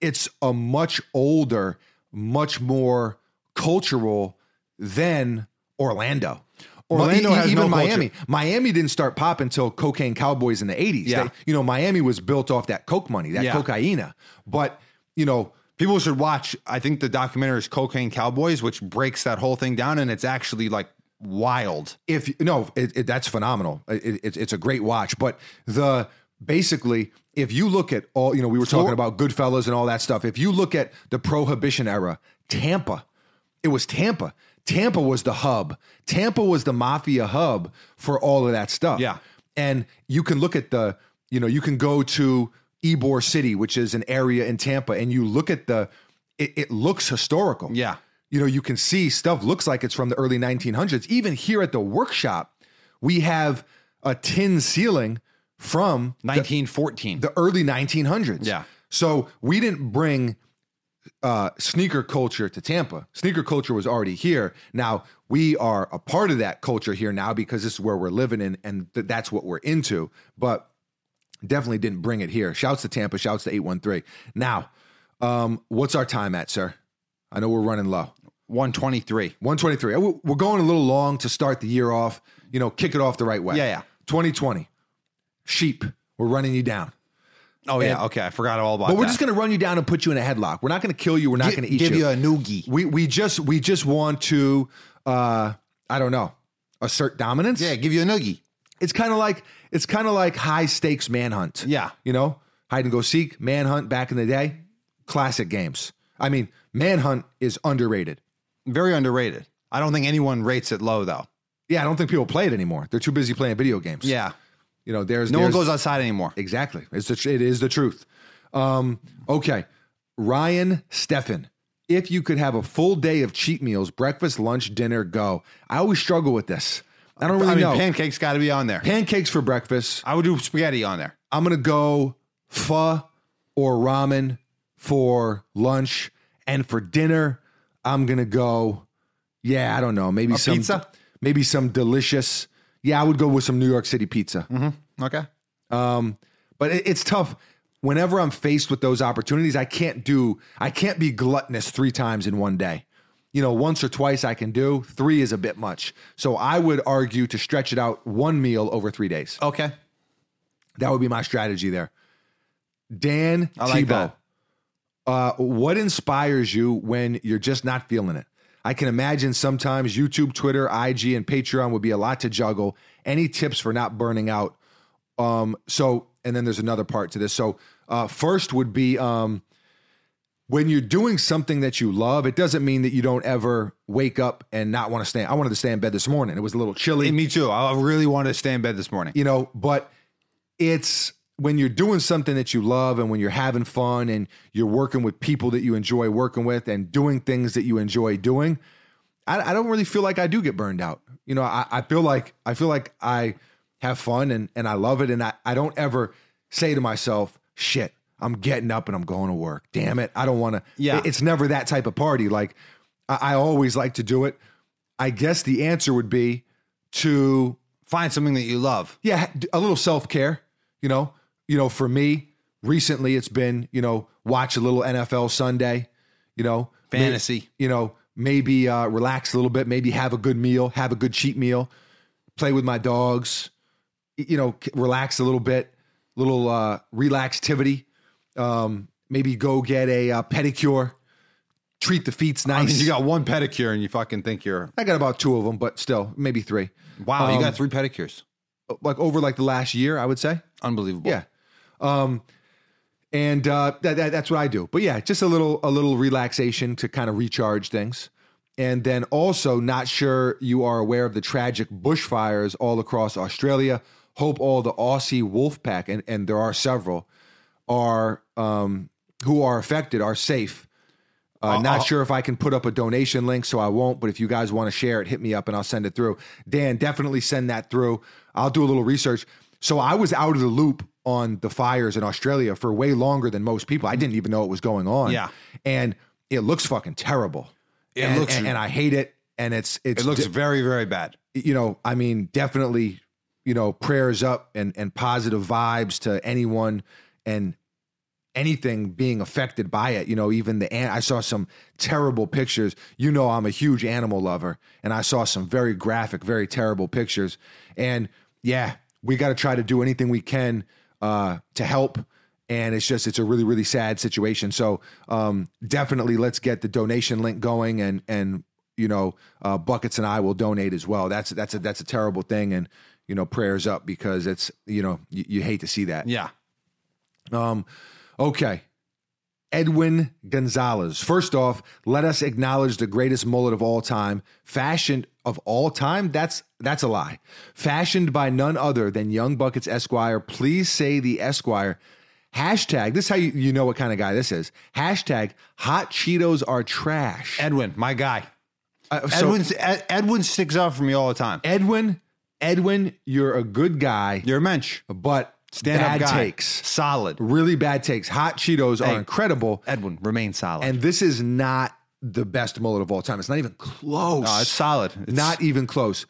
it's a much older, much more cultural than Orlando. Orlando Mu- e- has no even culture. Miami. Miami didn't start pop until Cocaine Cowboys in the 80s. Yeah. They- you know, Miami was built off that coke money, that Yeah. cocaina. But, you know, People should watch. I think the documentary is Cocaine Cowboys, which breaks that whole thing down, and it's actually like wild. if you no, it, it, that's phenomenal. It, it, it's a great watch. But the basically, if you look at all, you know, we were talking about Goodfellas and all that stuff. If you look at the Prohibition era, Tampa, it was Tampa. Tampa was the hub. Tampa was the mafia hub for all of that stuff. Yeah. And you can look at the, you know, you can go to Ybor City, which is an area in Tampa, and you look at the, it, it looks historical Yeah. you know, you can see stuff looks like it's from the early 1900s. Even here at the workshop, we have a tin ceiling from 1914. the early 1900s. Yeah. So we didn't bring uh, sneaker culture to Tampa. Sneaker culture was already here. Now we are a part of that culture here now because this is where we're living in and th- that's what we're into. But definitely didn't bring it here. Shouts to Tampa. Shouts to 813. Now, um, what's our time at, sir? I know we're running low. 123. 123. We- We're going a little long to start the year off, you know, kick it off the right way. Yeah, yeah. 2020, sheep, we're running you down. Oh yeah. Okay, I forgot all about. But we're that. just going to run you down and put you in a headlock. We're not going to kill you. We're not going to eat give you. you a noogie. we, we just we just want to, uh, I don't know, assert dominance. Yeah, give you a noogie. It's kind of like it's kind of like high stakes manhunt. Yeah. You know, hide and go seek, manhunt back in the day, classic games. I mean, manhunt is underrated. Very underrated. I don't think anyone rates it low though. Yeah, I don't think people play it anymore. They're too busy playing video games. Yeah. You know, there's No one there's- goes outside anymore. Exactly. It's the, tr- it is the truth. Um, okay. Ryan Steffen, if you could have a full day of cheat meals, breakfast, lunch, dinner, go. I always struggle with this. I don't really I mean, know. pancakes got to be on there. Pancakes for breakfast. I would do spaghetti on there. I'm going to go pho or ramen for lunch. And for dinner, I'm going to go, yeah, I don't know, maybe some pizza? Maybe some delicious. Yeah, I would go with some New York City pizza. Okay. but it, it's tough whenever i'm faced with those opportunities i can't do i can't be gluttonous three times in one day you know once or twice i can do three is a bit much so i would argue to stretch it out one meal over three days Okay. that would be my strategy there dan I like tebow that. Uh, what inspires you when you're just not feeling it i can imagine sometimes youtube twitter ig and patreon would be a lot to juggle any tips for not burning out um, so, and then there's another part to this. So, uh, first would be um, when you're doing something that you love, it doesn't mean that you don't ever wake up and not want to stay. I wanted to stay in bed this morning. It was a little chilly. Me too. I really wanted to stay in bed this morning. you know but it's when you're doing something that you love and when you're having fun and you're working with people that you enjoy working with and doing things that you enjoy doing i, I don't really feel like i do get burned out you know I, I feel like i feel like i have fun and, and i love it and I, I don't ever say to myself shit i'm getting up and i'm going to work damn it i don't want to Yeah. it's never that type of party like I, I always like to do it i guess the answer would be to Find something that you love. yeah, ha- d- a little self care. You know, you know, for me recently, it's been you know watch a little NFL Sunday. You know, may- Fantasy. you know, maybe uh, relax a little bit. Maybe have a good meal. Have a good cheat meal. Play with my dogs. y- You know, c- relax a little bit. Little uh, relaxtivity. Um, maybe go get a uh, pedicure. Treat the feet's nice. I mean, you got one pedicure and you fucking think you're I got about two of them, but still, maybe three. wow. Oh, you Um, got three pedicures. Like over like the last year, I would say. Unbelievable. Yeah. Um, and uh, that, that, that's what I do. But yeah, just a little a little relaxation to kind of recharge things. And then also, not sure you are aware of the tragic bushfires all across Australia. Hope all the Aussie wolf pack, and, and there are several, are um, who are affected are safe. Uh, not sure if I can put up a donation link, so I won't. But if you guys want to share it, hit me up and I'll send it through. Dan, definitely send that through. I'll do a little research. So I was out of the loop on the fires in Australia for way longer than most people. I didn't even know it was going on. Yeah. and it looks fucking terrible. It and, looks- and, and I hate it. And it's it's It looks very, very bad. you know, I mean, definitely, you know, prayers up and and positive vibes to anyone and anything being affected by it. You know, even the an- I saw some terrible pictures. You know, I'm a huge animal lover, and I saw some very graphic, very terrible pictures. And yeah, we got to try to do anything we can uh, to help. And it's just it's a really really sad situation. So um, definitely let's get the donation link going and and you know uh, buckets and I will donate as well. That's that's a that's a terrible thing and you know prayers up because it's you know you, you hate to see that. Yeah. Um, okay. Edwin Gonzalez. First off, let us acknowledge the greatest mullet of all time, fashioned of all time. That's that's a lie. Fashioned by none other than Young Buckets Esquire. Please say the Esquire. Hashtag. This is how you, you know what kind of guy this is. Hashtag. Hot Cheetos are trash. Edwin, my guy. Uh, so- Edwin, Ed, Edwin sticks out for me all the time. Edwin. Edwin, you're a good guy, You're a mensch. but Stand bad up guy. takes. Solid. Really bad takes. Hot Cheetos Hey. are incredible. Edwin, remain solid. And this is not the best mullet of all time. It's not even close. No, it's solid. It's Oh, not even close.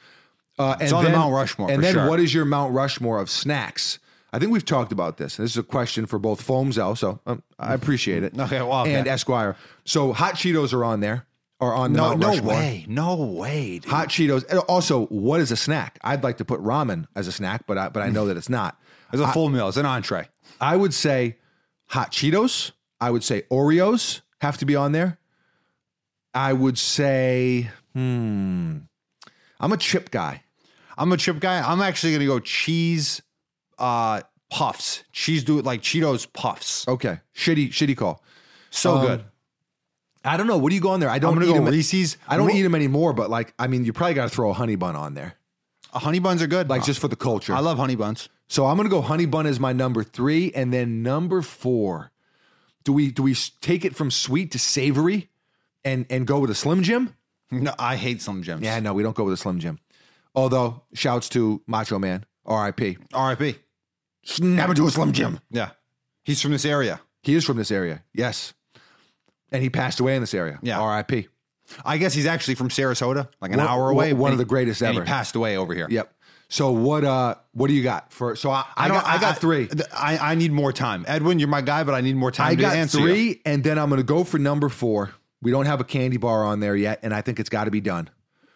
Uh, and on the then, Mount Rushmore, And for then sure. what is your Mount Rushmore of snacks? I think we've talked about this. This is a question for both Foamzel, so um, I appreciate it. Okay, well, okay. and Esquire. So hot Cheetos are on there, are on the No, Mount no Rushmore. way. No way. dude. Hot Cheetos. And also, what is a snack? I'd like to put ramen as a snack, but I, but I know that it's not. It's a full meal. It's an entree. I would say hot Cheetos. I would say Oreos have to be on there. I would say, hmm, I'm a chip guy. I'm a chip guy. I'm actually gonna go cheese uh puffs. Cheese do it like Cheetos puffs. Okay, shitty, shitty call. So Um, good. I don't know. What do you go on there? I I'm don't gonna eat them. go Reese's. I don't Re- eat them anymore. But like, I mean, you probably got to throw a honey bun on there, Uh, honey buns are good. like just for the culture. I love honey buns. so I'm gonna go honey bun as my number three, and then number four. Do we do we s- take it from sweet to savory, and and go with a Slim Jim? No, I hate Slim Jims. Yeah, no, we don't go with a Slim Jim. Although, shouts to Macho Man, R.I.P. R.I.P. Never do a Slim Jim. Yeah. He's from this area. He is from this area, yes, and he passed away in this area. Yeah. R.I.P. I guess he's actually from Sarasota, like an One- hour away. one and of the greatest and ever. He passed away over here. Yep. So what? Uh, what do you got for? So I, I, got, I got three. th- I, I need more time. Edwin, you're my guy, but I need more time I to got answer three, you. and then I'm going to go for number four. We don't have a candy bar on there yet, and I think it's got to be done.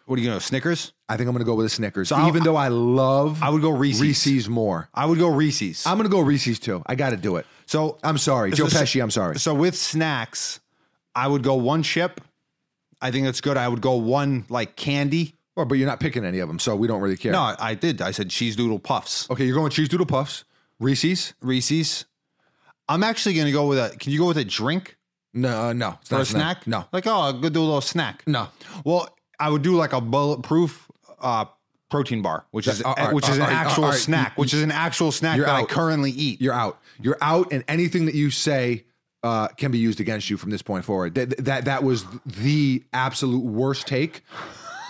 What are you gonna go? Snickers? I think I'm going to go with a Snickers, I'll- even though I love I would go Reese's. Reese's more. I would go Reese's. I'm going to go Reese's too. I got to do it. so I'm sorry, Joe So- Pesci. I'm sorry. So with snacks, I would go one chip. I think that's good. I would go one like candy. Well, but you're not picking any of them, so we don't really care. No, I- I did. I said cheese doodle puffs, Okay, you're going cheese doodle puffs, Reese's. Reese's. I'm actually going to go with a. Can you go with a drink? No, uh, no. It's for not a snack? No, Mm. Like, oh, I'll go do a little snack. no. Well, I would do like a bulletproof uh, protein bar, which is All right, which is an uh, all right, all actual right. snack, which is an actual snack You're that I out. currently eat. You're out. You're out, and anything that you say uh, can be used against you from this point forward. That that that was the absolute worst take.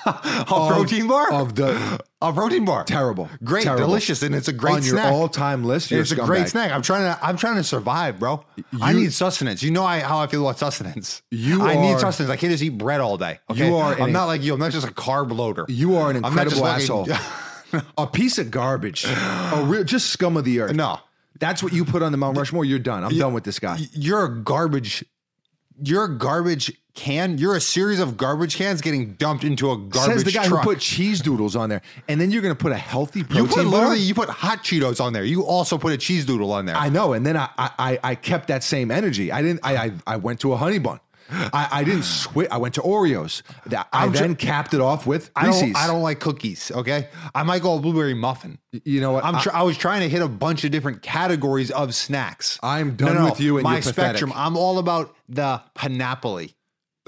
a protein bar? of the a protein bar. terrible, Great, terrible. delicious, and it's a great on your snack. all-time list. You're it's a great scumbag. snack. I'm trying to. I'm trying to survive, bro. I You- need sustenance. You know I, how I feel about sustenance. You I need are- sustenance. I can't just eat bread all day. Okay? You are I'm an- not like you. I'm not just a carb loader. You are an I'm not just incredible asshole. fucking- a piece of garbage. A real, just scum of the earth. No. That's what you put on the Mount Rushmore. You're done. I'm done with this guy. you're a garbage. You're a garbage can. You're a series of garbage cans getting dumped into a garbage Says the guy truck. who put cheese doodles on there, and then you're going to put a healthy you protein put bar? literally you put hot Cheetos on there. You also put a cheese doodle on there. I know. And then I, I I- I kept that same energy. I didn't. I I, I went to a honey bun. I, I didn't switch. I went to Oreos. That- I I'm ju- then capped it off with I Reese's. don't, I don't like cookies. Okay, I might go a blueberry muffin. You know what? I'm I- tr- I was trying to hit a bunch of different categories of snacks. I'm done with you and my you're pathetic. spectrum. I'm all about the panoply,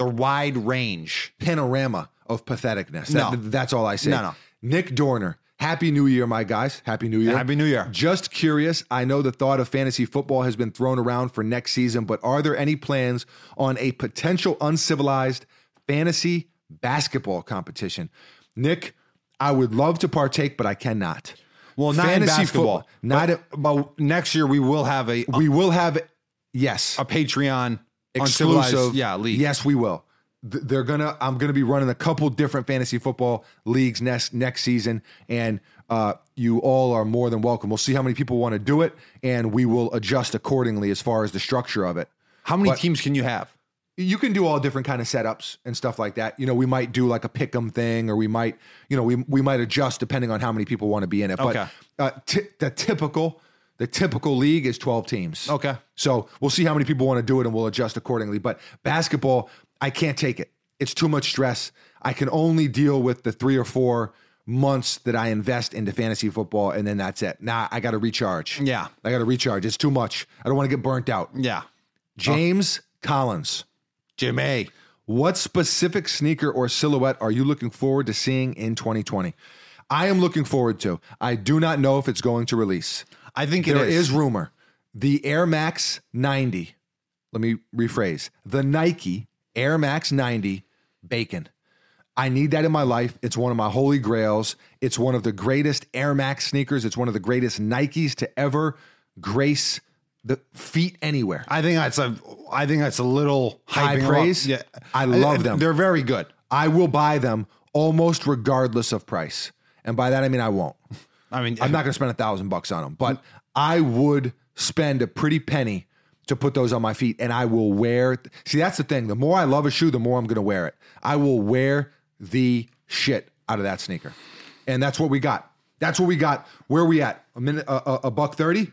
the wide range. panorama of patheticness. No. That- that's all I say. No, no. Nick Dorner. Happy New Year, my guys. Happy New Year. Happy New Year. Just curious, I know the thought of fantasy football has been thrown around for next season, but are there any plans on a potential uncivilized fantasy basketball competition? Nick, I would love to partake, but I cannot. Well, not in basketball. football, not but, but next year we will have a we will have yes a Patreon exclusive. uncivilized- yeah, league. Yes, we will. Th- They're gonna. I'm gonna be running a couple different fantasy football leagues next next season, and uh, you all are more than welcome. We'll see how many people want to do it, and we will adjust accordingly as far as the structure of it. How many teams can you have? You can do all different kind of setups and stuff like that. You know, we might do like a pick 'em thing, or we might, you know, we we might adjust depending on how many people want to be in it. Okay. But uh, t- the typical the typical league is 12 teams. Okay. So we'll see how many people want to do it and we'll adjust accordingly. But basketball, I can't take it. It's too much stress. I can only deal with the three or four months that I invest into fantasy football and then that's it. Now I got to recharge. Yeah. Oh. I got to recharge. It's too much. I don't want to get burnt out. Yeah, James Collins, Jimmy. what specific sneaker or silhouette are you looking forward to seeing in 2020? I am looking forward to. I do not know if it's going to release. I think There it is. is rumor. The Air Max 90. Let me rephrase. The Nike Air Max 90 bacon. I need that in my life. It's one of my holy grails. It's one of the greatest Air Max sneakers. It's one of the greatest Nikes to ever grace the feet anywhere. I think that's a. I think that's a little High hyping 'em up. praise? I love them. They're very good. I will buy them almost regardless of price. And by that I mean I won't. I mean, I'm not going to spend a thousand bucks on them, but I would spend a pretty penny to put those on my feet, and I will wear. See, that's the thing. The more I love a shoe, the more I'm going to wear it. I will wear the shit out of that sneaker, and that's what we got. That's what we got. Where we at? A minute, a, a, a buck thirty.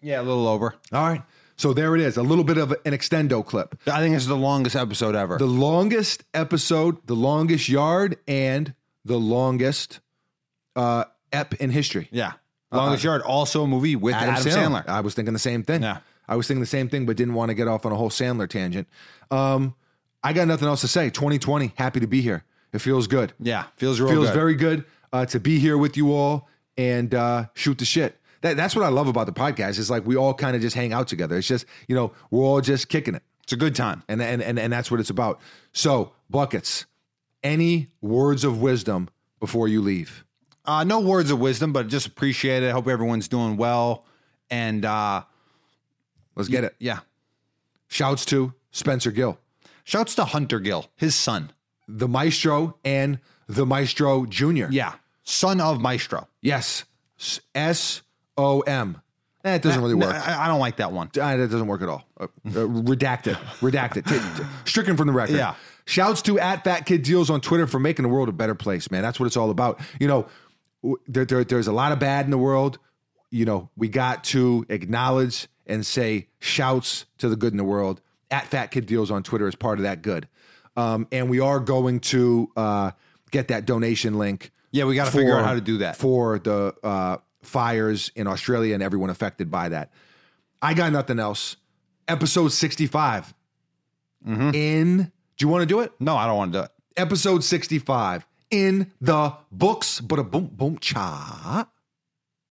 yeah, a little over. All right. So there it is. A little bit of an extendo clip. I think it's the longest episode ever. The longest episode, the longest yard, and the longest uh, ep in history. yeah, longest yard. Also a movie with Adam, Sandler. I was thinking the same thing. Yeah. I was thinking the same thing, but didn't want to get off on a whole Sandler tangent. Um, I got nothing else to say. 2020, happy to be here. It feels good. Yeah, feels real. feels good. very good uh, to be here with you all and uh, shoot the shit. That, that's what I love about the podcast. It's like we all kind of just hang out together. It's just you know we're all just kicking it, It's a good time. and and and, and that's what it's about. So buckets, any words of wisdom before you leave? Uh, no words of wisdom, but just appreciate it. I hope everyone's doing well. And uh, Let's get it. yeah, Shouts to Spencer Gill. shouts to Hunter Gill, his son. the maestro and the maestro junior. Yeah, son of Maestro. Yes. S O M. That doesn't really No, work. I, I don't like that one. Ah, that doesn't work at all. Uh, uh, redact it. Redact it. T- t- stricken from the record. Yeah. Shouts to at Fat Kid Deals on Twitter for making the world a better place, man. That's what it's all about. You know, w- there, there, there's a lot of bad in the world. You know, we got to acknowledge and say shouts to the good in the world. At Fat Kid Deals on Twitter is part of that good. Um, and we are going to uh, get that donation link. Yeah, we got to figure out how to do that. for the uh, fires in Australia and everyone affected by that. I got nothing else. Episode 65. Mm-hmm. in. Do you want to do it? No, I don't want to do it. Episode 65 in the books. But a boom, boom, cha.